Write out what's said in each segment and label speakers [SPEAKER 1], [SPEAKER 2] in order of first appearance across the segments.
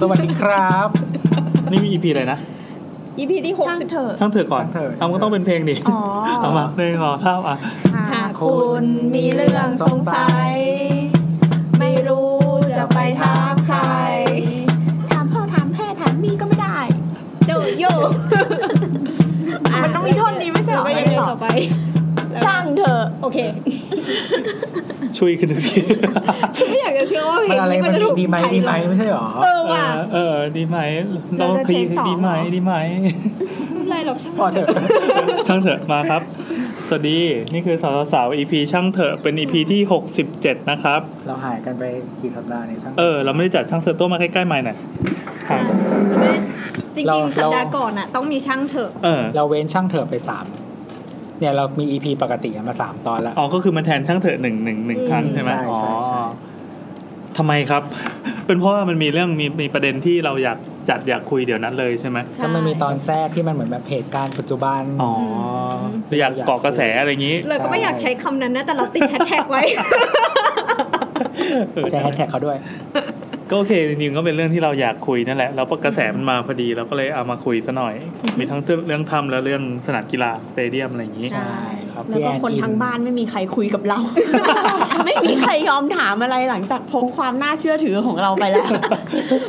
[SPEAKER 1] สวัสดีครับ
[SPEAKER 2] นี่มี EP อะไรนะ
[SPEAKER 3] อีพีที่หก
[SPEAKER 4] ช่าง
[SPEAKER 3] สิบ
[SPEAKER 4] เถอะ
[SPEAKER 2] ช่างเถอะก่อน
[SPEAKER 1] ช่างเถอะ
[SPEAKER 2] เอามันก็ต้องเป็นเพลงดิ
[SPEAKER 4] อ๋อ
[SPEAKER 2] เอามาหนึ่งสองสามอ่ะ
[SPEAKER 4] หา
[SPEAKER 3] ค่ะ
[SPEAKER 4] คุณมีเรื่องสงสัย ไม่รู้จะไปถามใคร ถามพ่อถามแพ่ถามมีก็ไม่ได้
[SPEAKER 3] โยโย
[SPEAKER 4] มันต้องมีท่อนนี้ไม่ใช่เหรอ
[SPEAKER 3] แล้วก็ยังไงต่อไป
[SPEAKER 4] ช่างเถอะ
[SPEAKER 3] โอเค
[SPEAKER 2] ช่วยขึ้นหนึ่งที
[SPEAKER 3] ไม่อยากจะเชื่อว่าเพ
[SPEAKER 1] มั
[SPEAKER 3] ล
[SPEAKER 1] น
[SPEAKER 3] ง
[SPEAKER 1] อะไร
[SPEAKER 3] นี้
[SPEAKER 1] มั
[SPEAKER 3] มัน
[SPEAKER 1] น
[SPEAKER 3] จะถูก
[SPEAKER 1] ดีไหม
[SPEAKER 3] ใช้
[SPEAKER 1] ดีไหมไม่ใช่หรอ
[SPEAKER 3] เออ
[SPEAKER 2] เอ
[SPEAKER 3] ว่ะ
[SPEAKER 2] อเออดีไหมเราคลี
[SPEAKER 4] เราจะเทคสอง
[SPEAKER 2] ดีไหม
[SPEAKER 4] เหรอ
[SPEAKER 2] ดีไหม
[SPEAKER 3] ไม่เป็นไรหรอกช่าง
[SPEAKER 1] พอเถอะ
[SPEAKER 2] ช่างเถอะมาครับ สวัสดีนี่คือสาวสาวๆ EP ช่างเถอะเป็น EP ที่ 67 นะครับ
[SPEAKER 1] เราหายกันไปกี่สัปดาห์เนี่ยช่าง
[SPEAKER 2] เออ เราไม่ได้จัดช่างเถอะตัวมาใกล้ๆใหม่หน่อยห่าง
[SPEAKER 3] จ
[SPEAKER 1] เรา
[SPEAKER 3] ริงๆ สัปดาห์
[SPEAKER 1] เรา
[SPEAKER 3] ก่อนอ่ะ ต้องมีช่างเถอะ
[SPEAKER 2] เออ
[SPEAKER 1] เราเว้นช่างเถอะไปสามเนี่ยเรามีอีพีปกติมาสามตอนแล้ว
[SPEAKER 2] อ๋อก็คือมันแทนช่างเถอะหนึ่งหนึ่งหนึ่งครั้งใช่ไหม
[SPEAKER 1] ใช่
[SPEAKER 2] อ๋อ
[SPEAKER 1] ใช่ใช่
[SPEAKER 2] ทำไมครับ เป็นเพราะว่ามันมีเรื่องมีมีประเด็นที่เราอยากจัดอยากคุยเดี๋ยวนั้นเลยใช่ไหม
[SPEAKER 1] ก็มันมีตอน
[SPEAKER 3] ใช่
[SPEAKER 1] แทรกที่มันเหมือนแบบเหตุการณ์ปัจจุบัน
[SPEAKER 2] อ๋อออยากเกาะกระแสอะไรอย่างนี้
[SPEAKER 3] เราก็ไม่อยากใช้คำนั้นนะ แต่เราติดแฮชแท็กไว้
[SPEAKER 2] เออ
[SPEAKER 1] ใช้แฮชแท็กเขาด้วย
[SPEAKER 2] ก็โอเคจริงๆก็เป็นเรื่องที่เราอยากคุยนั่นแหละแล้วก็กระแสมันมาพอดีเราก็เลยเอามาคุยซะหน่อย มีทั้งเรื่องทำและเรื่องสนามกีฬาสเตเดียมอะไรอย่างนี้
[SPEAKER 1] ใช่ครับ
[SPEAKER 4] แล้วก็
[SPEAKER 1] พี่แอน
[SPEAKER 4] คน
[SPEAKER 1] อิน
[SPEAKER 4] ทางบ้านไม่มีใครคุยกับเรา ไม่มีใครยอมถามอะไรหลังจากพบความน่าเชื่อถือของเราไปแล้ว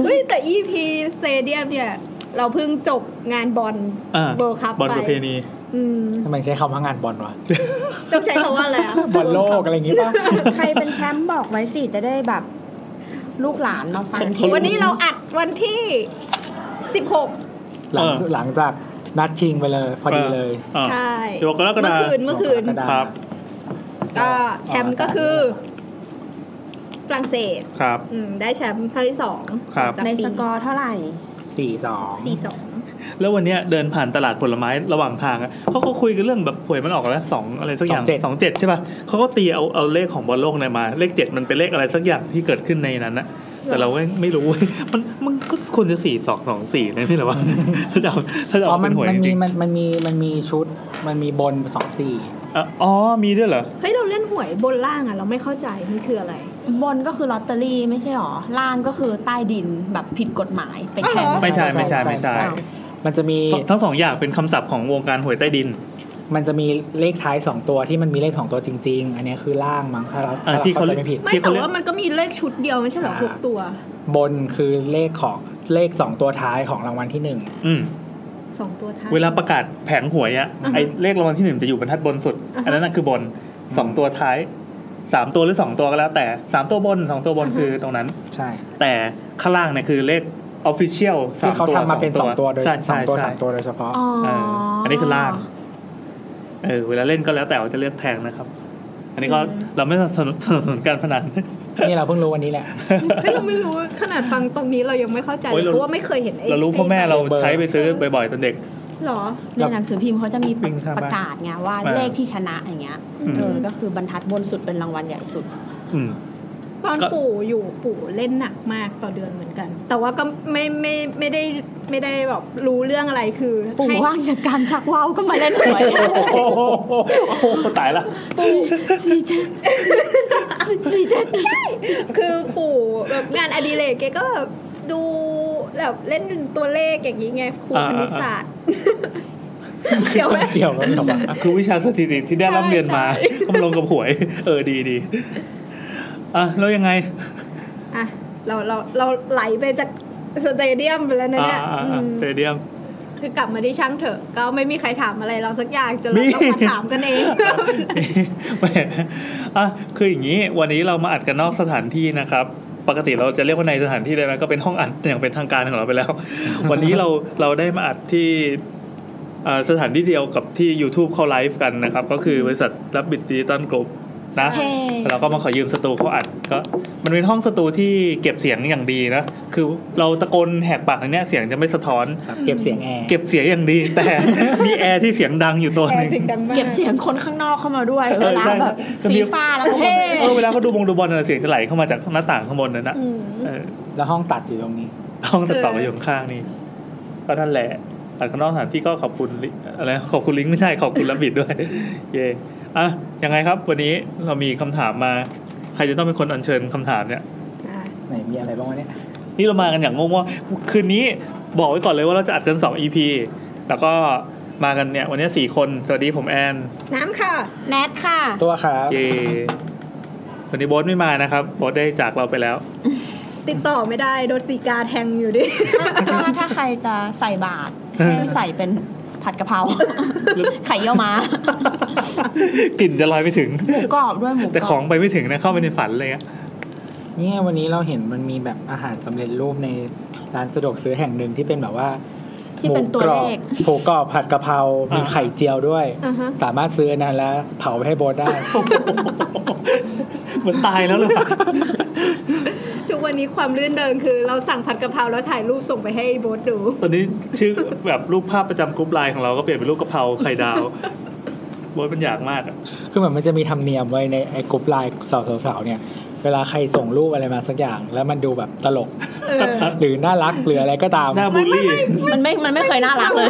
[SPEAKER 3] เฮ้ยแต่ EP สเตเดียมเนี่ย เราเพิ่งจบงานบอล
[SPEAKER 2] อ่า
[SPEAKER 3] เบอร์คัพ
[SPEAKER 2] บอล
[SPEAKER 3] ไป
[SPEAKER 2] ประเพณี
[SPEAKER 3] อืม
[SPEAKER 1] ทำไมใช้คำว่างานบอลว ะ
[SPEAKER 3] ต้องใช้คำว่าอะไรอะ
[SPEAKER 1] บอลโลกอะไรอย่างงี้ป่ะ
[SPEAKER 4] ใครเป็นแชมป์บอกไว้สิจะได้แบบ ลูกหลานมาฟังที
[SPEAKER 3] วันนี้เราอัดวันที่ 16
[SPEAKER 1] หลังหลังจากนัดชิงไปเลยพอดีเลย
[SPEAKER 2] อ่า
[SPEAKER 3] ใช่
[SPEAKER 2] เดี๋ยวก็แล้วก
[SPEAKER 3] เมื่
[SPEAKER 2] ฎา
[SPEAKER 3] อ
[SPEAKER 2] ค
[SPEAKER 3] คืน เมื่อคืน
[SPEAKER 1] กกฎา
[SPEAKER 2] ครับ
[SPEAKER 3] ก็แชมป์ก็คือฝรั่งเศส
[SPEAKER 2] ครับ
[SPEAKER 3] อืมได้แชมป์ครั้งที่สอง
[SPEAKER 2] ครับ
[SPEAKER 4] ในสกอร์เท่าไหร่
[SPEAKER 1] สี่สอง
[SPEAKER 3] สี่สอง
[SPEAKER 2] แล้ววันเนี้ยเดินผ่านตลาดผลไม้ระหว่างทางอะเขาก็คุยกันเรื่องแบบหวยมันออกแล้วสองอะไรสักอย่างสองเจ็ดใช่ป่ะเขาก็ตีเอาเอาเลขของบอลโลกเนี่ยมา เลขเจ็ดมันเป็นเลขอะไรสักอย่างที่เกิดขึ้นในนั้นนะแต่เราไม่ไม่รู้ มันมันก็ควรจะสี่สองสองสี่นะพี่เหรอวะ ถ้าจะเอาถ้าจะ
[SPEAKER 1] อ๋อ
[SPEAKER 2] เอา
[SPEAKER 1] มั
[SPEAKER 2] เป็นนหวย
[SPEAKER 1] มัน
[SPEAKER 2] จ
[SPEAKER 1] มี
[SPEAKER 2] ริง
[SPEAKER 1] มันมันมีมันมีชุดมันมีบนสองสี่
[SPEAKER 2] ๆอ่ะอ๋อมีด้วยเหรอ
[SPEAKER 3] เฮ้ย เราเล่นหวยบนล่างอ่ะ เราไม่เข้าใจ มันคืออะไร
[SPEAKER 4] บนก็คือลอตเตอรี่ไม่ใช่หรอ ล่างก็คือใต้ดินแบบผิดกฎหมายไปแข่ง
[SPEAKER 3] อ๋อ
[SPEAKER 2] ไม่ใช่ไม่ใช่ไม่ใช่
[SPEAKER 4] ใช่
[SPEAKER 1] มันจะมี
[SPEAKER 2] ทั้งสองอย่างเป็นคำศัพท์ของวงการหวยใต้ดิน
[SPEAKER 1] มันจะมีเลขท้ายสองตัวที่มันมีเลขสองตัวจริง ๆ อันนี้คือล่างมั้งถ้าเรา
[SPEAKER 2] อ่า
[SPEAKER 1] ถ้าเรา
[SPEAKER 2] ที่เขา
[SPEAKER 1] เข้าใจไม่ผิด
[SPEAKER 3] ไม่
[SPEAKER 2] ที่
[SPEAKER 3] แต่
[SPEAKER 2] เขาเรียก
[SPEAKER 3] ว่ามันก็มีเลขชุดเดียวไม่ใช่เหรอ
[SPEAKER 1] อ่า
[SPEAKER 3] หกตัว
[SPEAKER 1] บนคือเลขของเลขสองตัวท้ายของรางวัลที่หนึ่ง
[SPEAKER 2] อืม
[SPEAKER 3] สองตัวท้าย
[SPEAKER 2] เวลาประกาศแผงหวยอะ
[SPEAKER 3] อ่าฮะ
[SPEAKER 2] ไอเลขรางวัลที่หนึ่งจะอยู่บรรทัดบนสุด
[SPEAKER 3] อ่าฮะ
[SPEAKER 2] อันนั้นนะคือบนสองตัวท้ายสามตัวหรือสองตัวก็แล้ว แต่สามตัวบนสองตัวบนคือตรงนั้น
[SPEAKER 1] ใช่
[SPEAKER 2] แต่ข้างล่างเนี่ยคือเลขออฟฟิเชียลสา
[SPEAKER 1] ที่
[SPEAKER 2] ม
[SPEAKER 1] เขา
[SPEAKER 2] ตัว
[SPEAKER 1] ทำมาเป็นสองตัวโดย
[SPEAKER 2] ใช่
[SPEAKER 1] สอ
[SPEAKER 2] ใช่
[SPEAKER 1] งตัว
[SPEAKER 2] ใช่
[SPEAKER 1] สามตัวโดยเฉพาะ
[SPEAKER 4] อ๋อ
[SPEAKER 2] เอ
[SPEAKER 4] อ
[SPEAKER 2] ออันนี้คือล่างเออเวลาเล่นก็แล้วแต่ว่าจะเลือกแทงนะครับ อันนี้ก็
[SPEAKER 3] อืม
[SPEAKER 2] เราไม่สนับสนุนสนับสนุนการพนัน
[SPEAKER 1] นี่เราเพิ่งรู้วันนี้แหละ
[SPEAKER 3] เฮ้ยเราไม่รู้ขนาดฟังตรงนี้เรายังไม่เข้าใจ
[SPEAKER 2] โอ้ย
[SPEAKER 3] เลย
[SPEAKER 2] เรา
[SPEAKER 3] เพราะว่าไม่เคยเห็นไอ้
[SPEAKER 2] เรารู้พ่อแม่เราใช้ไปซื้อบ่อยๆตอนเด็ก
[SPEAKER 3] หรอ
[SPEAKER 4] ในหนังสือพิมพ์เขาจะมีป
[SPEAKER 2] วิ่
[SPEAKER 4] ระ
[SPEAKER 2] งข้ามบ้าน
[SPEAKER 4] ประกาศไงว่า
[SPEAKER 2] อ่า
[SPEAKER 4] เลขที่ชนะอย่างเงี้ย
[SPEAKER 2] อืม
[SPEAKER 4] เออก็คือบรรทัดบนสุดเป็นรางวัลใหญ่สุด
[SPEAKER 2] อืม
[SPEAKER 3] ตอน
[SPEAKER 2] ก็
[SPEAKER 3] ปู่อยู่ปู่เล่นหนักมากต่อเดือนเหมือนกัน แต่ว่าก็ไม่ไม่ไม่ได้ไม่ได้แบบรู้เรื่องอะไรคือ
[SPEAKER 4] ปู่
[SPEAKER 3] ให้
[SPEAKER 4] ว่างจากการชักว่าวก็มาเล่นหวย
[SPEAKER 2] โอ้โหโอ้โหตายละ
[SPEAKER 4] ปู่สี่เจ็ดสี่สี่เจ็ด
[SPEAKER 3] คือปู่แบบงานอดิเรกแกก็ดูแบบเล่นตัวเลขอย่างนี้ไงครู
[SPEAKER 2] อ่า
[SPEAKER 3] คณิตศาสตร์เดี๋ยวไหม
[SPEAKER 1] เกี่ยวกันหรอวะ
[SPEAKER 2] อ่ะคือวิชาสถิติที่ได้รับเรียนมา
[SPEAKER 3] ใช่
[SPEAKER 2] ก็มาลงกับหวย เออดีดีอ่ะแล้วยังไง
[SPEAKER 3] อ่ะเราเราเราไหลไปจากสเตเดียมไปแล้วนะ
[SPEAKER 2] อ่า
[SPEAKER 3] เนี่ย
[SPEAKER 2] อ่า
[SPEAKER 3] อื
[SPEAKER 2] อ่ามสเตเดียม
[SPEAKER 3] คือกลับมาที่ช่างเถอะ ก็ไม่มีใครถามอะไรเราสักอย่างจน
[SPEAKER 2] มี
[SPEAKER 3] เราต้องมาถามกันเอง
[SPEAKER 2] แหมอ่ะ คืออย่างนี้ วันนี้เรามาอัดกันนอกสถานที่นะครับ ปกติเราจะเรียกว่าในสถานที่ได้ไหมก็เป็นห้องอัดอย่างเป็นทางการของเราไปแล้ว วันนี้เราเราได้มาอัดที่อ่าสถานที่เดียวกับที่ YouTube เขาไลฟ์กันนะครับ ก็คือบริษัทรับบิ d ดิจิตอลกรุ๊ปนะ
[SPEAKER 3] ใช่
[SPEAKER 2] เราก็มาขอยืมสตูเขาอัดก็ มันเป็นห้องสตูที่เก็บเสียงอย่างดีนะ คือเราตะโกนแหกปากอย่างเนี้ยเสียงจะไม่สะท้อน
[SPEAKER 1] ครับเก็บเสียงแอร์
[SPEAKER 2] เก็บเสียงอย่างดี แต่ มีแอร์ที่เสียงดังอยู่ตัว
[SPEAKER 3] แอ
[SPEAKER 2] หนึ
[SPEAKER 3] ร์
[SPEAKER 2] ง
[SPEAKER 3] เสียงดังมาก
[SPEAKER 4] เก็บเสียงคนข้างนอกเข้ามาด้วยเวลาแบบ
[SPEAKER 2] ใช่
[SPEAKER 4] ฟี
[SPEAKER 2] ใช่
[SPEAKER 4] ฟ่าแล้วก็เฮ้
[SPEAKER 2] เออเวลาเขาดูบงดูบอลอะไรเสียงจะไหลเข้ามาจากหน้าต่างข้างบนนั่นนะ
[SPEAKER 3] อืม
[SPEAKER 2] เออ
[SPEAKER 1] แล้วห้องตัดอยู่ตรงนี้
[SPEAKER 2] ห้องตัดต่อ
[SPEAKER 3] เออ
[SPEAKER 2] มาอยู่ข้างๆนี่ก็นั่นแหละอัดข้างนอกสถานที่ก็ขอบคุณลิอะไร ขอบคุณลิงก์ไม่ใช่ขอบคุณรับบิดด้วย เย่อ่ะยังไงครับ วันนี้เรามีคำถามมา ใครจะต้องเป็นคนอัญเชิญคำถามเนี่ย
[SPEAKER 3] อ่ะ
[SPEAKER 1] ไหนมีอะไรบ้างวะเนี่ย
[SPEAKER 2] นี่เรามากันอย่างงงว่าคืนนี้บอกไว้ก่อนเลยว่าเราจะอัดกันสอง EP แล้วก็มากันเนี่ยวันนี้สี่คนสวัสดีผมแอน
[SPEAKER 3] น้ำค่ะ
[SPEAKER 4] แนทค่ะ
[SPEAKER 1] ตัวครับ
[SPEAKER 2] เยวันนี้โบทไม่มานะครับโบทได้จากเราไปแล้ว
[SPEAKER 3] ติดต่อไม่ได้โดนสีกาแทงอยู่ดิ
[SPEAKER 4] ถ้าถ้าใครจะใส่บาตรให้ใส่เป็นผัดกะเพ ราไข่เยี่ยวม้าก
[SPEAKER 2] ลิ่นจะลอยไปถึง
[SPEAKER 4] หมูกรอบด้วยหมูกรอบ
[SPEAKER 2] แต่ของไปไม่ถึงนะเข้าไปในฝันเลยอะ
[SPEAKER 1] เนี่ยวันนี้เราเห็นมันมีแบบอาหารสำเร็จรูปในร้านสะดวกซื้อแห่งหนึ่งที่เป็นแบบว่า
[SPEAKER 4] ที่เป็นตัว
[SPEAKER 1] หมูกรอ
[SPEAKER 4] เล
[SPEAKER 1] บ
[SPEAKER 4] ข
[SPEAKER 1] หมูกรอบผัดกะเพรา มีไข่เจียวด้วย
[SPEAKER 3] อ่าฮะ
[SPEAKER 1] สามารถซื้ออันนั้นแล้วเผาไปให้โบ ทได้
[SPEAKER 2] เหมือนต ายแล้วเลย
[SPEAKER 3] ทุกวันนี้ความลื่นเริงคือ เราสั่งผัดกะเพราแล้วถ่ายรูปส่งไปให้โบสดู
[SPEAKER 2] ตอนนี้ชื่อแบบรูปภาพประจำกรุ๊ปไลน์ของเราก็เปลี่ยนเป็นรูปกะเพราไข่ดาวโบทมันอยากมากอะ
[SPEAKER 1] คือเหมือนมันจะมีธรรมเนียมไว้ในไอ้กลุ่มไลน์สาวๆเนี่ย เวลาใครส่งรูปอะไรมาสักอย่าง แล้วมันดูแบบตลก
[SPEAKER 3] เออ
[SPEAKER 1] หรือน่ารักหรืออะไรก็ตาม
[SPEAKER 2] หน้าบูลลี่
[SPEAKER 4] มันไม่มันไม่เคยน่ารักเลย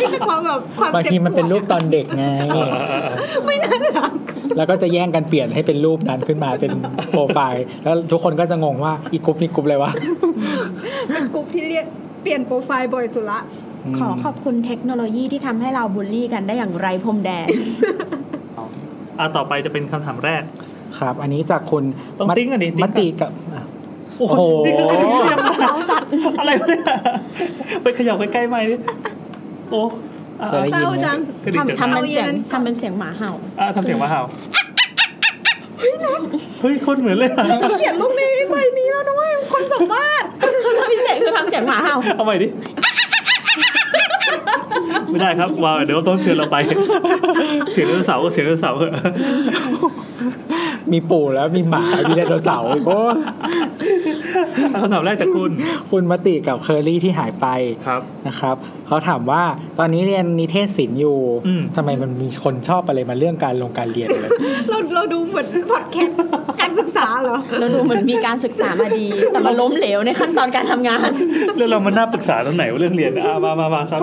[SPEAKER 3] นี่คือความแบบความ
[SPEAKER 1] บาง
[SPEAKER 3] เจ็บ
[SPEAKER 1] ที
[SPEAKER 3] ป
[SPEAKER 1] มันเป็นรู
[SPEAKER 3] ว
[SPEAKER 1] ป
[SPEAKER 3] ด
[SPEAKER 1] ตอนเด็กไง
[SPEAKER 2] เออเออเออ
[SPEAKER 3] ไม่น่ารัก
[SPEAKER 1] แล้วก็จะแย่งกันเปลี่ยนให้เป็นรูปนั้นขึ้นมาเป็นโปรไฟล์แล้วทุกคนก็จะงงว่าอีกกลุ่มนี้กลุ่มอะไรวะ
[SPEAKER 3] เป็นกลุ่มที่เรียกเปลี่ยนโปรไฟล์บ่อยสุดละ
[SPEAKER 4] ขอขอบคุณเทคโนโลยีที่ทำให้เราบูลลี่กันได้อย่างไร้พรมแดน
[SPEAKER 2] อ่ะต่อไปจะเป็นคำถามแรก
[SPEAKER 1] ครับ อันนี้จากคุณ
[SPEAKER 2] ต้อง
[SPEAKER 1] มัต
[SPEAKER 2] ติ๊งอันนี้ติ๊งก่
[SPEAKER 1] มั
[SPEAKER 2] อน
[SPEAKER 1] ตติกับอ่ะ
[SPEAKER 2] โอ้โห
[SPEAKER 1] โอ้โห
[SPEAKER 2] นี่คือเรียกมาสัตว์อะไรวะเนี่ยไปขยับใกล้ๆไหมค์ดิโอ้อ่
[SPEAKER 1] จะได้
[SPEAKER 3] เศ
[SPEAKER 1] ยิน
[SPEAKER 3] ร้า
[SPEAKER 1] ไหม
[SPEAKER 3] จัง
[SPEAKER 2] กระดิ่งจะ
[SPEAKER 4] ทำทำเป็นเสียง
[SPEAKER 3] เอาอย่างนั้น
[SPEAKER 4] ทำเป็นเสียงหมาเห่ า
[SPEAKER 2] อ่ะทำเสียงว่าเห่าเฮ้ยคนเหมือนเลยอะ
[SPEAKER 3] เขียนลงในใบนี้แล้วนะเว้ยคนสามารถ
[SPEAKER 4] คือทำพิเศษคือทำเสียงหมาเห่า
[SPEAKER 2] เอาใหม่ดิไม่ได้ครับวาวเดี๋ยวต้องเชิญเราไป เสียงไดโนเสาร์ก็เสียงไดโนเสาร์เถอะ
[SPEAKER 1] มีปู่แล้วมีหมา มีไดโนเสาร์อีกโอ้
[SPEAKER 2] อ่ะคำถามแรกจากคุณ
[SPEAKER 1] คุณมัตติกับเคอรี่ที่หายไป
[SPEAKER 2] ครับ
[SPEAKER 1] นะครับเขาถามว่าตอนนี้เรียนนิเทศศิลป์อยู่
[SPEAKER 2] อืม
[SPEAKER 1] ทำไมมันมีคนชอบอะไรมาเรื่องการลงการเรียนเลย
[SPEAKER 3] เราเราดูเหมือนพอดแคสต์การศึกษาเหรอ
[SPEAKER 4] เราดูเหมือนมีการศึกษามาดี แต่มาล้มเหลวในขั้นตอนการทำงาน
[SPEAKER 2] เรื่องเรามันน่าปรึกษาตรงไหนวะเรื่องเรียนอ่ะมามามาครับ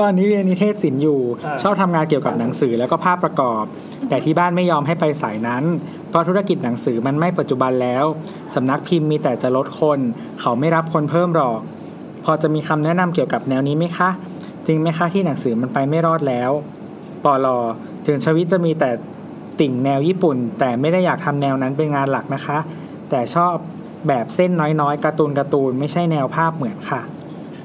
[SPEAKER 1] ตอนนี้เรียนนิเทศศิลป์อยู่
[SPEAKER 2] อ่า
[SPEAKER 1] ชอบทำงานเกี่ยวกับหนังสือแล้วก็ภาพประกอบ แต่ที่บ้านไม่ยอมให้ไปสายนั้น เพราะธุรกิจหนังสือมันไม่ปัจจุบันแล้วสำนักพิมพ์มีแต่จะลดคน เขาไม่รับคนเพิ่มหรอก พอจะมีคำแนะนำเกี่ยวกับแนวนี้ไหมคะ จริงไหมคะที่หนังสือมันไปไม่รอดแล้วปอลอถึงชีวิตจะมีแต่ติ่งแนวญี่ปุ่น แต่ไม่ได้อยากทำแนวนั้นเป็นงานหลักนะคะ แต่ชอบแบบเส้นน้อยๆการ์ตูนการ์ตูนไม่ใช่แนวภาพเหมือนค่ะ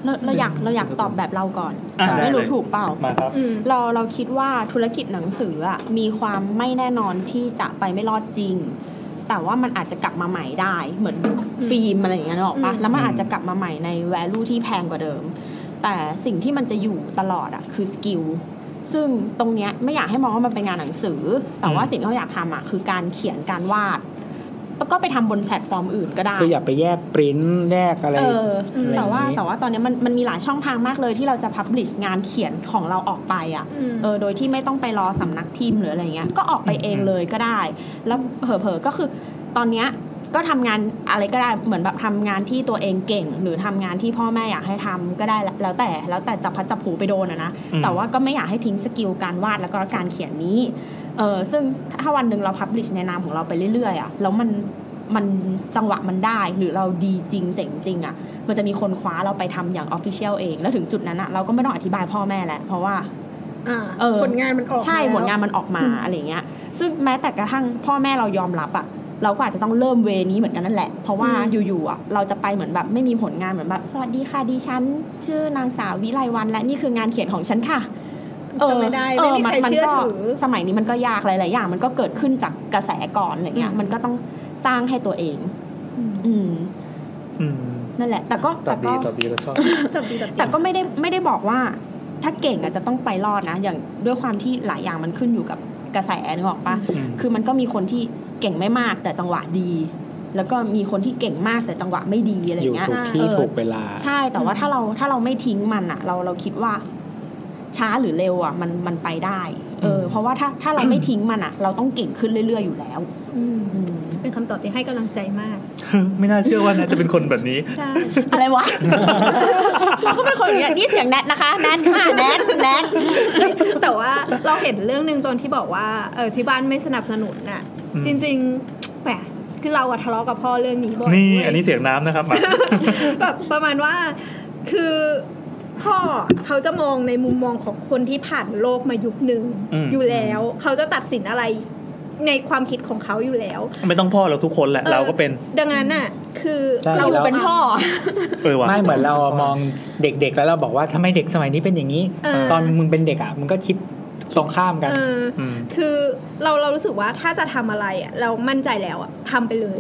[SPEAKER 4] เราเราอยากเราอยากตอบแบบเราก่อน
[SPEAKER 2] อ่ะ
[SPEAKER 4] ไม่รู้
[SPEAKER 2] ด้เลย
[SPEAKER 4] ถูกเปล่า
[SPEAKER 2] มาครับ
[SPEAKER 3] อืม
[SPEAKER 4] เราเราคิดว่าธุรกิจหนังสืออะมีความไม่แน่นอนที่จะไปไม่รอดจริง แต่ว่ามันอาจจะกลับมาใหม่ได้เหมือนฟิล์มอะไรอย่างเงี้ยนึกออกปะ
[SPEAKER 3] อืม
[SPEAKER 4] แล้วมันอาจจะกลับมาใหม่ใน value ที่แพงกว่าเดิม แต่สิ่งที่มันจะอยู่ตลอดอะคือสกิลซึ่งตรงเนี้ยไม่อยากให้มองว่ามันเป็นงานหนังสือ แต่ว่า
[SPEAKER 2] อืม
[SPEAKER 4] สิ่งที่เราอยากทำอะคือการเขียนการวาดแล้วก็ไปทำบนแพลตฟอร์มอื่นก็ได้
[SPEAKER 1] คืออย่าไปแยกปริ้นแยกอะไร
[SPEAKER 4] เอออ
[SPEAKER 1] ม
[SPEAKER 4] แต่ว่าแต่ว่าตอนเนี้ยมันมันมีหลายช่องทางมากเลยที่เราจะพับลิชงานเขียนของเราออกไปอ่ะ
[SPEAKER 3] อืม
[SPEAKER 4] เออ โดยที่ไม่ต้องไปรอสำนักพิมพ์หรืออะไรเงี้ย ก็ออกไปเองเลยก็ได้ แล้วเผลอๆก็คือตอนเนี้ยก็ทำงานอะไรก็ได้ เหมือนแบบทำงานที่ตัวเองเก่ง หรือทำงานที่พ่อแม่อยากให้ทำก็ได้แล้วแล้วแต่แล้วแต่จับพลัดจับผลูไปโดนอะนะ
[SPEAKER 2] อืม
[SPEAKER 4] แต่ว่าก็ไม่อยากให้ทิ้งสกิลการวาดแล้วก็การเขียนนี้ เออซึ่งถ้าวันหนึ่งเราพับลิชในนามของเราไปเรื่อยๆอะแล้วมันมันจังหวะมันได้หรือเราดีจริงเจ๋งจริงอะมันจะมีคนคว้าเราไปทำอย่างออฟฟิเชียลเอง แล้วถึงจุดนั้นอะเราก็ไม่ต้องอธิบายพ่อแม่แล้วเพราะว่า
[SPEAKER 3] อ่า
[SPEAKER 4] เออ
[SPEAKER 3] ผลงานมันออก
[SPEAKER 4] ใช่
[SPEAKER 3] แล้ว
[SPEAKER 4] ผลงานมันออกมา
[SPEAKER 3] อืม
[SPEAKER 4] อะไรอย่างเงี้ย ซึ่งแม้แต่กระทั่งพ่อแม่เรายอมรับอะเราก็อาจจะต้องเริ่มเวนี้เหมือนกันนั่นแหละ เพราะว่าอยู่ๆอะเราจะไปเหมือนแบบไม่มีผลงานเหมือนแบบ สวัสดีค่ะดิฉัน ชื่อนางสาววิไลวันและนี่คืองานเขียนของฉันค่ะ
[SPEAKER 3] จะไม่ได้ไม่มีใครเชื่อถือ
[SPEAKER 4] ก็สมัยนี้มันก็ยากหลายๆอย่างมันก็เกิดขึ้นจากกระแสก่อนอะไรเงี้ย
[SPEAKER 3] อืม
[SPEAKER 4] มันก็ต้องสร้างให้ตัวเอง
[SPEAKER 3] อืม
[SPEAKER 4] อืม
[SPEAKER 2] อืม
[SPEAKER 4] นั่นแหละ แต่ก็
[SPEAKER 2] ตอ
[SPEAKER 4] แต่
[SPEAKER 2] บดี
[SPEAKER 4] ก็
[SPEAKER 2] ตอบดีเราชอบ
[SPEAKER 3] จับดีจับดี
[SPEAKER 4] แต่ก็ไม่ได้ไม่ได้บอกว่า ถ้าเก่งอาจจะต้องไปรอดนะ อย่างด้วยความที่หลายอย่างมันขึ้นอยู่กับกระแสนึกออกปะ
[SPEAKER 2] อืม
[SPEAKER 4] คือมันก็มีคนที่เก่งไม่มากแต่จังหวะดี แล้วก็มีคนที่เก่งมากแต่จังหวะไม่ดีอะไร
[SPEAKER 1] อยู่
[SPEAKER 4] เงี้ย
[SPEAKER 1] ถูก
[SPEAKER 3] ใช่
[SPEAKER 1] ที่
[SPEAKER 4] เออ
[SPEAKER 1] ถูกเวลา
[SPEAKER 4] ใช่แต่ว่าถ้าเราถ้าเราไม่ทิ้งมันอะเราเราคิดว่า ช้าหรือเร็วอะมันมันไปได้ เออ เพราะว่าถ้าถ้าเราไม่ทิ้งมันอะเราต้องเก่งขึ้นเรื่อย ๆอยู่แล้ว
[SPEAKER 3] อืม
[SPEAKER 4] อืม
[SPEAKER 3] เป็นคำตอบที่ให้กำลังใจมาก
[SPEAKER 2] ไม่น่าเชื่อว่านะจะเป็นคนแบบนี้
[SPEAKER 3] ใช่
[SPEAKER 4] อะไรวะ เราก็เป็นคนอย่างเงี้ยนี่เสียงแนทนะคะแนทค่ะแนทแนท
[SPEAKER 3] แต่ว่าเราเห็นเรื่องหนึ่งตอนที่บอกว่าเออที่บ้านไม่สนับสนุนน่ะ
[SPEAKER 2] อืม
[SPEAKER 3] จริงๆแหม คือเราอะทะเลาะกับพ่อเรื่องนี้บ่อย
[SPEAKER 2] นี่
[SPEAKER 3] เว้ย
[SPEAKER 2] อันนี้เสียงน้ำนะครับมา
[SPEAKER 3] แบบประมาณว่าคือพ่อเขาจะมองในมุมมองของคนที่ผ่านโลกมายุคหนึ่งอยู่แล้ว เขาจะตัดสินอะไรในความคิดของเขาอยู่แล้ว
[SPEAKER 2] ไม่ต้องพ่อเราทุกคนแหละ
[SPEAKER 3] เออ
[SPEAKER 2] เราก็เป็น
[SPEAKER 3] ดังนั้นน่ะ คือ
[SPEAKER 1] ใช่
[SPEAKER 3] เรา
[SPEAKER 4] อยู่เป็นพ่อ
[SPEAKER 2] เออว่ะ
[SPEAKER 1] ไม่เหมือนเรามองเด็กๆ แล้วเราบอกว่าทำไมเด็กสมัยนี้เป็นอย่างนี้
[SPEAKER 3] เออ
[SPEAKER 1] ตอนมึงเป็นเด็กอ่ะมึงก็คิดตรงข้ามกัน
[SPEAKER 3] เออ
[SPEAKER 2] อืม
[SPEAKER 3] คือเราเรารู้สึกว่าถ้าจะทำอะไรอ่ะ เรามั่นใจแล้วอ่ะทำไปเลย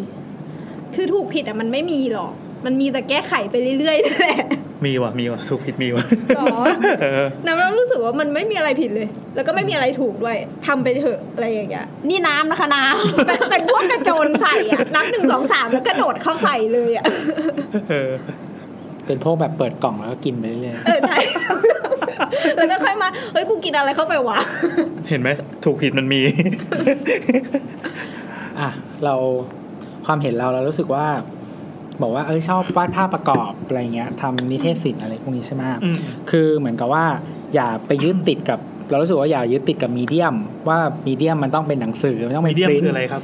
[SPEAKER 3] คือถูกผิดอ่ะมันไม่มีหรอก มันมีแต่แก้ไขไปเรื่อยๆนั่นแหละ
[SPEAKER 2] มีว่ะมีว่ะถูกผิดมีว่ะ
[SPEAKER 3] หรอ
[SPEAKER 2] เออ
[SPEAKER 3] น้ำเรารู้สึกว่ามันไม่มีอะไรผิดเลย แล้วก็ไม่มีอะไรถูกด้วยทำไปเถอะอะไรอย่างเงี้ย
[SPEAKER 4] นี่น้ำนะคะน้
[SPEAKER 3] เป็นเป็นพวกกระโจนใส่อะนับหนึ่งสองสามแล้วกระโดดเข้าใส่เลยอะ
[SPEAKER 2] เออ
[SPEAKER 1] เป็นพวกแบบเปิดกล่องแล้วก็กินไปเรื่อย
[SPEAKER 3] เออใช่ แล้วก็ค่อยมา เฮ้ย กูกินอะไรเข้าไปวะ
[SPEAKER 2] เห็นไหมถูกผิดมันมี
[SPEAKER 1] ๆอ่ะเราความเห็นเราเรารู้สึกว่า บอกว่าเอยชอบวาดภาพประกอบอะไรเงี้ยทำนิเทศศิลป์อะไรพวกนี้ใช่ไหม
[SPEAKER 2] อืม
[SPEAKER 1] คือเหมือนกับว่า อย่าไปยึดติดกับ เรารู้สึกว่าอย่ายึดติดกับมีเดียม ว่ามีเดียมมันต้องเป็นหนังสือมันต้องเป็
[SPEAKER 2] มี
[SPEAKER 1] น
[SPEAKER 2] เดียม
[SPEAKER 1] ปริ้น
[SPEAKER 2] คืออะไรครับ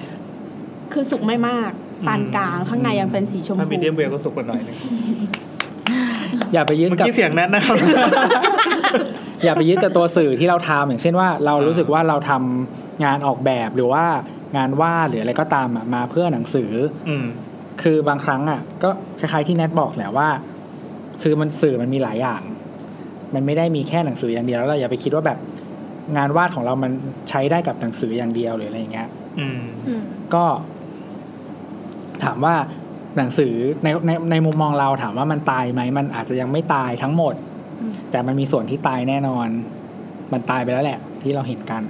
[SPEAKER 4] ำคือสุกไม่มากปานกลางข้างในยังเป็นสีชม
[SPEAKER 2] ถ้า
[SPEAKER 4] พู
[SPEAKER 2] มีเดียมเวลก็สุกกว่าหน่อยหนึง
[SPEAKER 1] อย่าไปยึด
[SPEAKER 2] เมื่อ
[SPEAKER 1] กับ
[SPEAKER 2] กี้เสียงแนทนะครับ
[SPEAKER 1] อย่าไปยึดกับตัวสื่อที่เราทำอย่างเช่นว่าเรารู้สึกว่าเราทำงานออกแบบหรือว่างานวาดหรืออะไรก็ตามอะมาเพื่อหนังสือ
[SPEAKER 2] อืม
[SPEAKER 1] คือบางครั้งอ่ะ ก็คล้ายๆที่แนทบอกแหละว่า คือมันสื่อมันมีหลายอย่าง มันไม่ได้มีแค่หนังสืออย่างเดียวแล้วเราอย่าไปคิดว่าแบบงานวาดของเรามันใช้ได้กับหนังสืออย่างเดียวหรืออะไรอย่างเงี้ย
[SPEAKER 2] อืม
[SPEAKER 1] ก็ ถามว่าหนังสือในในในมุมมองเราถามว่ามันตายไหมมันอาจจะยังไม่ตายทั้งหมด
[SPEAKER 3] อืม
[SPEAKER 1] แต่มันมีส่วนที่ตายแน่นอน มันตายไปแล้วแหละ ที่เราเห็นกัน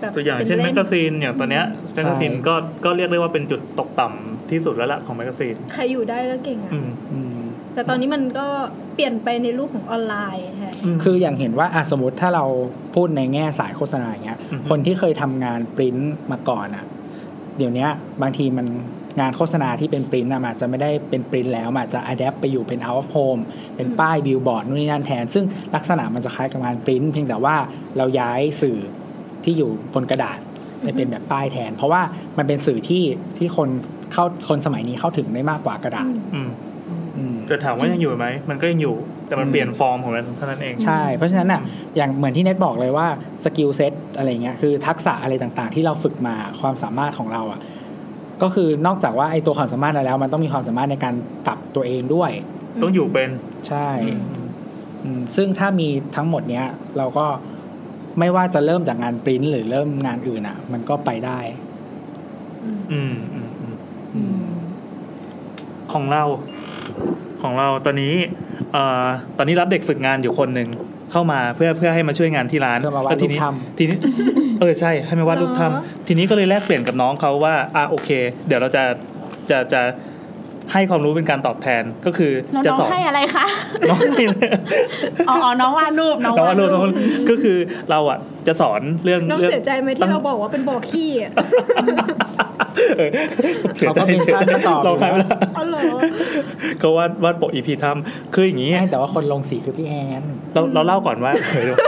[SPEAKER 3] แบบ
[SPEAKER 2] ตัวอย่างเช่น
[SPEAKER 3] ป็
[SPEAKER 2] แม
[SPEAKER 3] ล่
[SPEAKER 2] กกาซีนอย่างตอนเนี้ย
[SPEAKER 1] ใช่
[SPEAKER 2] แมกกาซีนก็ก็เรียกได้ว่าเป็นจุดตกต่ำที่สุดแล้วล่ะของแมกกาซีน
[SPEAKER 3] ใครอยู่ได้ก็เก่งอะ
[SPEAKER 2] อืม
[SPEAKER 1] อืม
[SPEAKER 3] แต่ตอนนี้มันก็เปลี่ยนไปในรูปของออนไลน์แทน
[SPEAKER 2] ม
[SPEAKER 1] คืออย่างเห็นว่าอ่ะสมมติถ้าเราพูดในแง่สายโฆษณาอย่างเงี้ย
[SPEAKER 2] อืม
[SPEAKER 1] คนที่เคยทำงานปริ้นท์มาก่อนอ่ะ เดี๋ยวเนี้ย บางทีมันงานโฆษณาที่เป็นปริ้นท์อะมันอาจจะไม่ได้เป็นปริ้นท์แล้วมันอาจจะอัดแอปไปอยู่เป็น out of home เป็นป้ายบิลบอร์ดนู่นนี่นั่นแทน ซึ่งลักษณะมันจะคล้ายกับงานปริ้นท์เพียงแต่ว่าเราย้ายสื่อที่อยู่บนกระดาษไปเป็นแบบป้ายแทน เพราะว่ามันเป็นสื่อที่ที่คนเข้าคนสมัยนี้เข้าถึงได้มากกว่ากระดาษ
[SPEAKER 2] อืม
[SPEAKER 1] อืม
[SPEAKER 2] แต่ถามว่ายังอยู่ไหม มันก็ยังอยู่ แต่มัน
[SPEAKER 1] อืม
[SPEAKER 2] เปลี่ยนฟอร์มของมันเท่านั้นเอง
[SPEAKER 1] ใช่ เพราะฉะนั้นอ่ะ อย่างเหมือนที่เน็ตบอกเลยว่าสกิลเซ็ตอะไรเงี้ย คือทักษะอะไรต่างๆ ที่เราฝึกมา ความสามารถของเราอ่ะ ก็คือนอกจากว่าไอ้ตัวความสามารถเราแล้ว มันต้องมีความสามารถในการปรับตัวเองด้วย
[SPEAKER 2] ต้องอยู่เป็น
[SPEAKER 1] ใช่ อืมซึ่งถ้ามีทั้งหมดเนี้ย เราก็ไม่ว่าจะเริ่มจากงานปริ้นท์หรือเริ่มงานอื่นอ่ะ มันก็ไปได้
[SPEAKER 3] อืม
[SPEAKER 2] อืมอืมอืม
[SPEAKER 4] อืม
[SPEAKER 2] ของเรา ของเราตอนนี้เอ่อตอนนี้รับเด็กฝึกงานอยู่คนหนึ่งเข้ามาเพื่อเพื่อให้มาช่วยงานที่ร้าน
[SPEAKER 1] เพื่อมาวาด
[SPEAKER 2] แล้ทีนี้
[SPEAKER 1] รูปท
[SPEAKER 2] ทีนี้ เออใช่ให้มาวาดรูปทำทีนี้ก็เลยแลกเปลี่ยนกับน้องเขาว่าอ่ะโอเค เดี๋ยวเราจะจะจะให้ความรู้เป็นการตอบแทนก็คือ
[SPEAKER 4] แล้ว
[SPEAKER 2] จะ
[SPEAKER 4] น้อ
[SPEAKER 2] สอง น
[SPEAKER 4] ให้อะไรคะ
[SPEAKER 2] น้องนี่
[SPEAKER 4] อ๋ออ๋อน้องวาดรูปน้อง
[SPEAKER 2] น้อง
[SPEAKER 4] วา
[SPEAKER 2] ว่า
[SPEAKER 4] ด
[SPEAKER 2] ลู
[SPEAKER 4] รูป
[SPEAKER 2] กน้องว่าลูกก็คือเราอ่ะจะสอนเรื่อง
[SPEAKER 3] น้อง
[SPEAKER 2] เรื่อง
[SPEAKER 3] เสียใจไหมที่เราบอกว่าเป็นบ่อขี้อะ
[SPEAKER 2] เออสียใจ
[SPEAKER 1] เขาก็เป็นชาติที่ตอบ
[SPEAKER 2] เราไปแล้ว
[SPEAKER 3] อ๋อเหรอ
[SPEAKER 2] ก็วาดวาดปกอีพีทำคืออย่างนี้
[SPEAKER 1] ไม่แต่ว่าคนลงสีคือพี่แอน
[SPEAKER 2] เราเราเล่าก่อนว่า เฮ้ยเดี๋ยว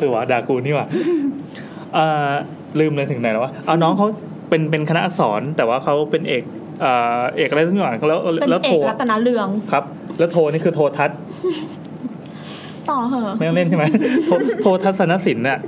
[SPEAKER 2] คือว่าด่ากูนี่หว่าเอ่อลืมเลยถึงไหนแล้ววะเอาน้องเขาเป็นเป็นคณะอักษรแต่ว่าเขาเป็นเอกเอ่อเอกอะไรสักอย่างแล้ว
[SPEAKER 4] เป็น
[SPEAKER 2] แล้ว
[SPEAKER 4] เอ
[SPEAKER 2] โท
[SPEAKER 4] กรัตนาเรือง
[SPEAKER 2] ครับ แล้วโทนี่คือโททัศน์
[SPEAKER 4] ต่อเหอะ
[SPEAKER 2] ไม่ต้องเล่นใช่ไหม โทโททัศนศิลป์น่ะ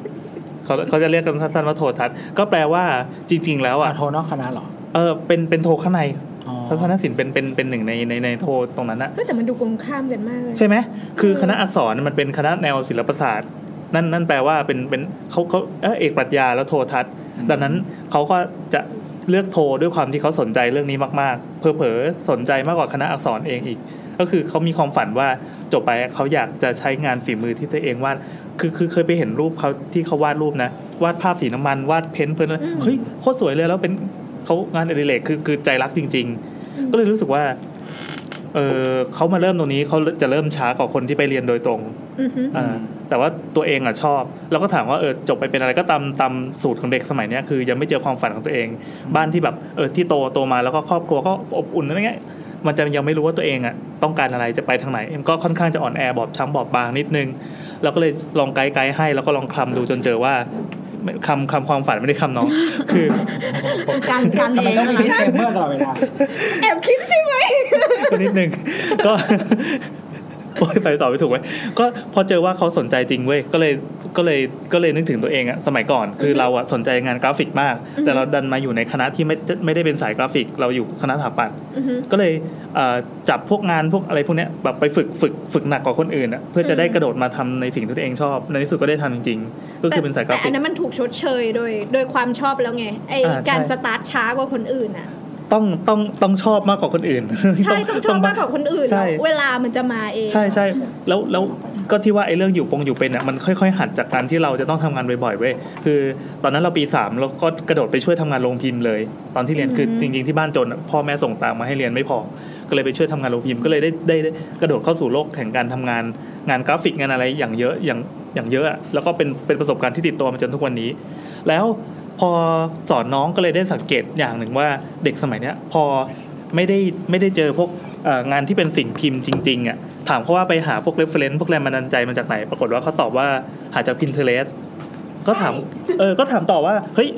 [SPEAKER 2] เขาเขาจะเรียกกันสั้นๆว่าโททัศน์ก็แปลว่าจริง ๆ แล้วอ่ะ
[SPEAKER 1] อ่ะโทนอกคณะเหรอ
[SPEAKER 2] เออเป็นเป็นโทข้างใน
[SPEAKER 1] อ๋อ
[SPEAKER 2] ทัศนศิลป์เป็นเป็นเป็นหนึ่งในในในโทตรงนั้นน่ะ
[SPEAKER 3] เฮ้ยแต่มันดูกงข้ามกันมากเลย
[SPEAKER 2] ใช่ไหมคือคณะอักษรมันเป็นคณะแนวศิลปศาสตร์ นั่นนั่นแปลว่าเป็นเป็นเขาเขาเอ่อเอกปรัชญาแล้วโททัศน์ ดังนั้นเขาก็จะเลือกโทด้วยความที่เขาสนใจเรื่องนี้มากๆ เผลอๆสนใจมากกว่าคณะอักษรเองอีก ก็คือเขามีความฝันว่าจบไปเขาอยากจะใช้งานฝีมือที่ตัวเองวาดคือคือเคยไปเห็นรูปเขาที่เขาวาดรูปนะ วาดภาพสีน้ำมัน วาดเพ้นท์เพื่อน
[SPEAKER 3] อืม
[SPEAKER 2] เฮ้ยโคตรสวยเลยแล้วเป็นเขางานอดิเรกคือคือใจรักจริง ๆ ก็เลยรู้สึกว่าเออเขามาเริ่มตรงนี้เขาจะเริ่มช้ากว่าคนที่ไปเรียนโดยตรง
[SPEAKER 3] อือฮึ
[SPEAKER 2] อ่าแต่ว่าตัวเองอ่ะชอบ แล้วก็ถามว่าเออจบไปเป็นอะไรก็ตามตามสูตรของเด็กสมัยเนี้ยคือยังไม่เจอความฝันของตัวเอง บ้านที่แบบเออที่โตโตมาแล้วก็ครอบครัวก็อบอุ่นอะไรเงี้ยมันจะยังไม่รู้ว่าตัวเองอ่ะต้องการอะไรจะไปทางไหนเอ็มก็ค่อนข้างจะอ่อนแอบอบช้ำบอบบางนิดนึงเราก็เลยลองไกด์ไกด์ให้แล้วก็ลองคลำดูจนเจอว่า ไม่คำคำความฝันไม่ได้คำน้อง คือ
[SPEAKER 4] การการ
[SPEAKER 1] ทำ
[SPEAKER 4] เอง
[SPEAKER 1] ไมต้องมี
[SPEAKER 4] นะ
[SPEAKER 1] ดิสเซมเมอร์ตลอดเวลา
[SPEAKER 3] แอบคิดใช่ไหม
[SPEAKER 2] นิดนึง ก็ โอ้ยไปต่อไม่ถูกไว้ยก็พอเจอว่าเขาสนใจจริงเว้ยก็เลยก็เลยก็เลยนึกถึงตัวเองอะสมัยก่อน คือเราอะสนใจงานกราฟิกมาก
[SPEAKER 3] อือฮึ
[SPEAKER 2] แต่เราดันมาอยู่ในคณะที่ไม่ไม่ได้เป็นสายกราฟิก เราอยู่คณะสถาปัตย์
[SPEAKER 3] อือฮึ
[SPEAKER 2] ก็เลยเอ่อจับพวกงานพวกอะไรพวกเนี้ยแบบไปฝึกฝึกฝึกหนักกว่าคนอื่นอะเพื่อจะได้
[SPEAKER 3] อืม
[SPEAKER 2] กระโดดมาทำในสิ่งที่ตัวเองชอบ ในที่สุดก็ได้ทำจริงๆ ก็คือเป็นสายกรา
[SPEAKER 3] แต่
[SPEAKER 2] ฟิก
[SPEAKER 3] อันนั้นมันถูกชดเชยโดย โดยความชอบแล้วไงไอ
[SPEAKER 2] อ่าใช่
[SPEAKER 3] การสตาร์ทช้ากว่าคนอื่นอ่ะ
[SPEAKER 2] ต้องต้องต้องชอบมากกว่าคนอื่น
[SPEAKER 3] ใช่ต้องชอบมากกว่าคนอื่น
[SPEAKER 2] ใช่
[SPEAKER 3] แล้วเวลามันจะมาเอง
[SPEAKER 2] ใช่ใช่แล้วแล้วก็ที่ว่าไอ้เรื่องอยู่ปงอยู่เป็นอ่ะมันค่อย ๆ หัดจากการที่เราจะต้องทำงานบ่อยๆเว้ยคือตอนนั้นเราปีสามเราก็กระโดดไปช่วยทำงานโรงพิมพ์เลย ตอนที่เรียนคือจริงๆที่บ้านจนอะพ่อแม่ส่งตังค์มาให้เรียนไม่พอ ก็เลยไปช่วยทำงานโรงพิมพ์ก็เลยได้ได้ได้กระโดดเข้าสู่โลกแห่งการทำงานงานกราฟิกงานอะไรอย่างเยอะอย่างอย่างเยอะอะแล้วก็เป็นเป็นประสบการณ์ที่ติดตัวมาจนทุกวันนี้ แล้วพอสอนน้องก็เลยได้สังเกตอย่างหนึ่งว่าเด็กสมัยเนี้ยพอไม่ได้ไม่ได้เจอพวกเอ่องานที่เป็นสิ่งพิมพ์จริงๆอ่ะถามเขาว่าไปหาพวก reference พวกแรงบันดาลใจมาจากไหน ปรากฏว่าเขาตอบว่าหาจาก Pinterest ก็ถามเออก็ถามต่อว่าเฮ้ย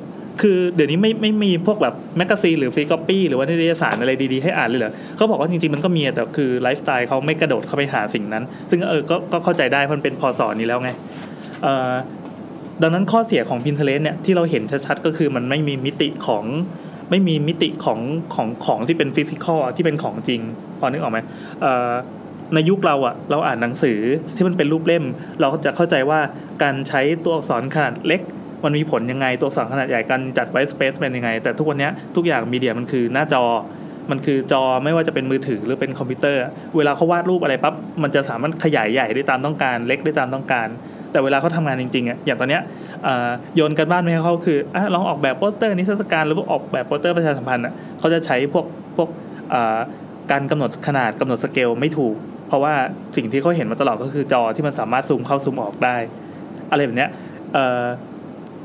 [SPEAKER 2] คือเดี๋ยวนี้ไม่ไม่มีพวกแบบแมกกาซีนหรือฟรีก๊อปปี้หรือว่านิตยสารอะไรดีๆให้อ่านเลยเหรอเขาบอกว่าจริงๆมันก็มีอะแต่คือไลฟ์สไตล์เขาไม่กระโดดเข้าไปหาสิ่งนั้น ซึ่งเออก็ก็เข้าใจได้เพราะมันเป็นพอสอนนี้แล้วไงเอ่อ ดังนั้นข้อเสียของ Pinterest เนี่ยที่เราเห็นชัดๆ ก็คือมันไม่มีมิติของไม่มีมิติของของของที่เป็นฟิสิกอลที่เป็นของจริง พอนึกออกไหมเอ่อในยุคเราอะเราอ่านหนังสือที่มันเป็นรูปเล่ม เราก็จะเข้าใจว่าการใช้ตัวอักษรขนาดเล็ก มันมีผลยังไงตัวอักษรขนาดใหญ่การจัดไว้สเปซเป็นยังไง แต่ทุกวันเนี้ยทุกอย่างมีเดียมันคือหน้าจอ มันคือจอไม่ว่าจะเป็นมือถือหรือเป็นคอมพิวเตอร์อะเวลาเขาวาดรูปอะไรปั๊บมันจะสามารถขยายใหญ่ได้ตามต้องการ เล็กได้ตามต้องการ แต่เวลาเขาทำงานจริงๆอ่ะอย่างตอนเนี้ยเอ่อโยนกันบ้านไปให้เขาคืออะลองออกแบบโปสเตอร์นิทรรศการหรือว่าออกแบบโปสเตอร์ประชาสัมพันธ์อ่ะเขาจะใช้พวกพวกเอ่อการกำหนดขนาดกำหนดสเกลไม่ถูก เพราะว่าสิ่งที่เขาเห็นมาตลอดก็คือจอที่มันสามารถซูมเข้าซูมออกได้ อะไรแบบเนี้ยเอ่อ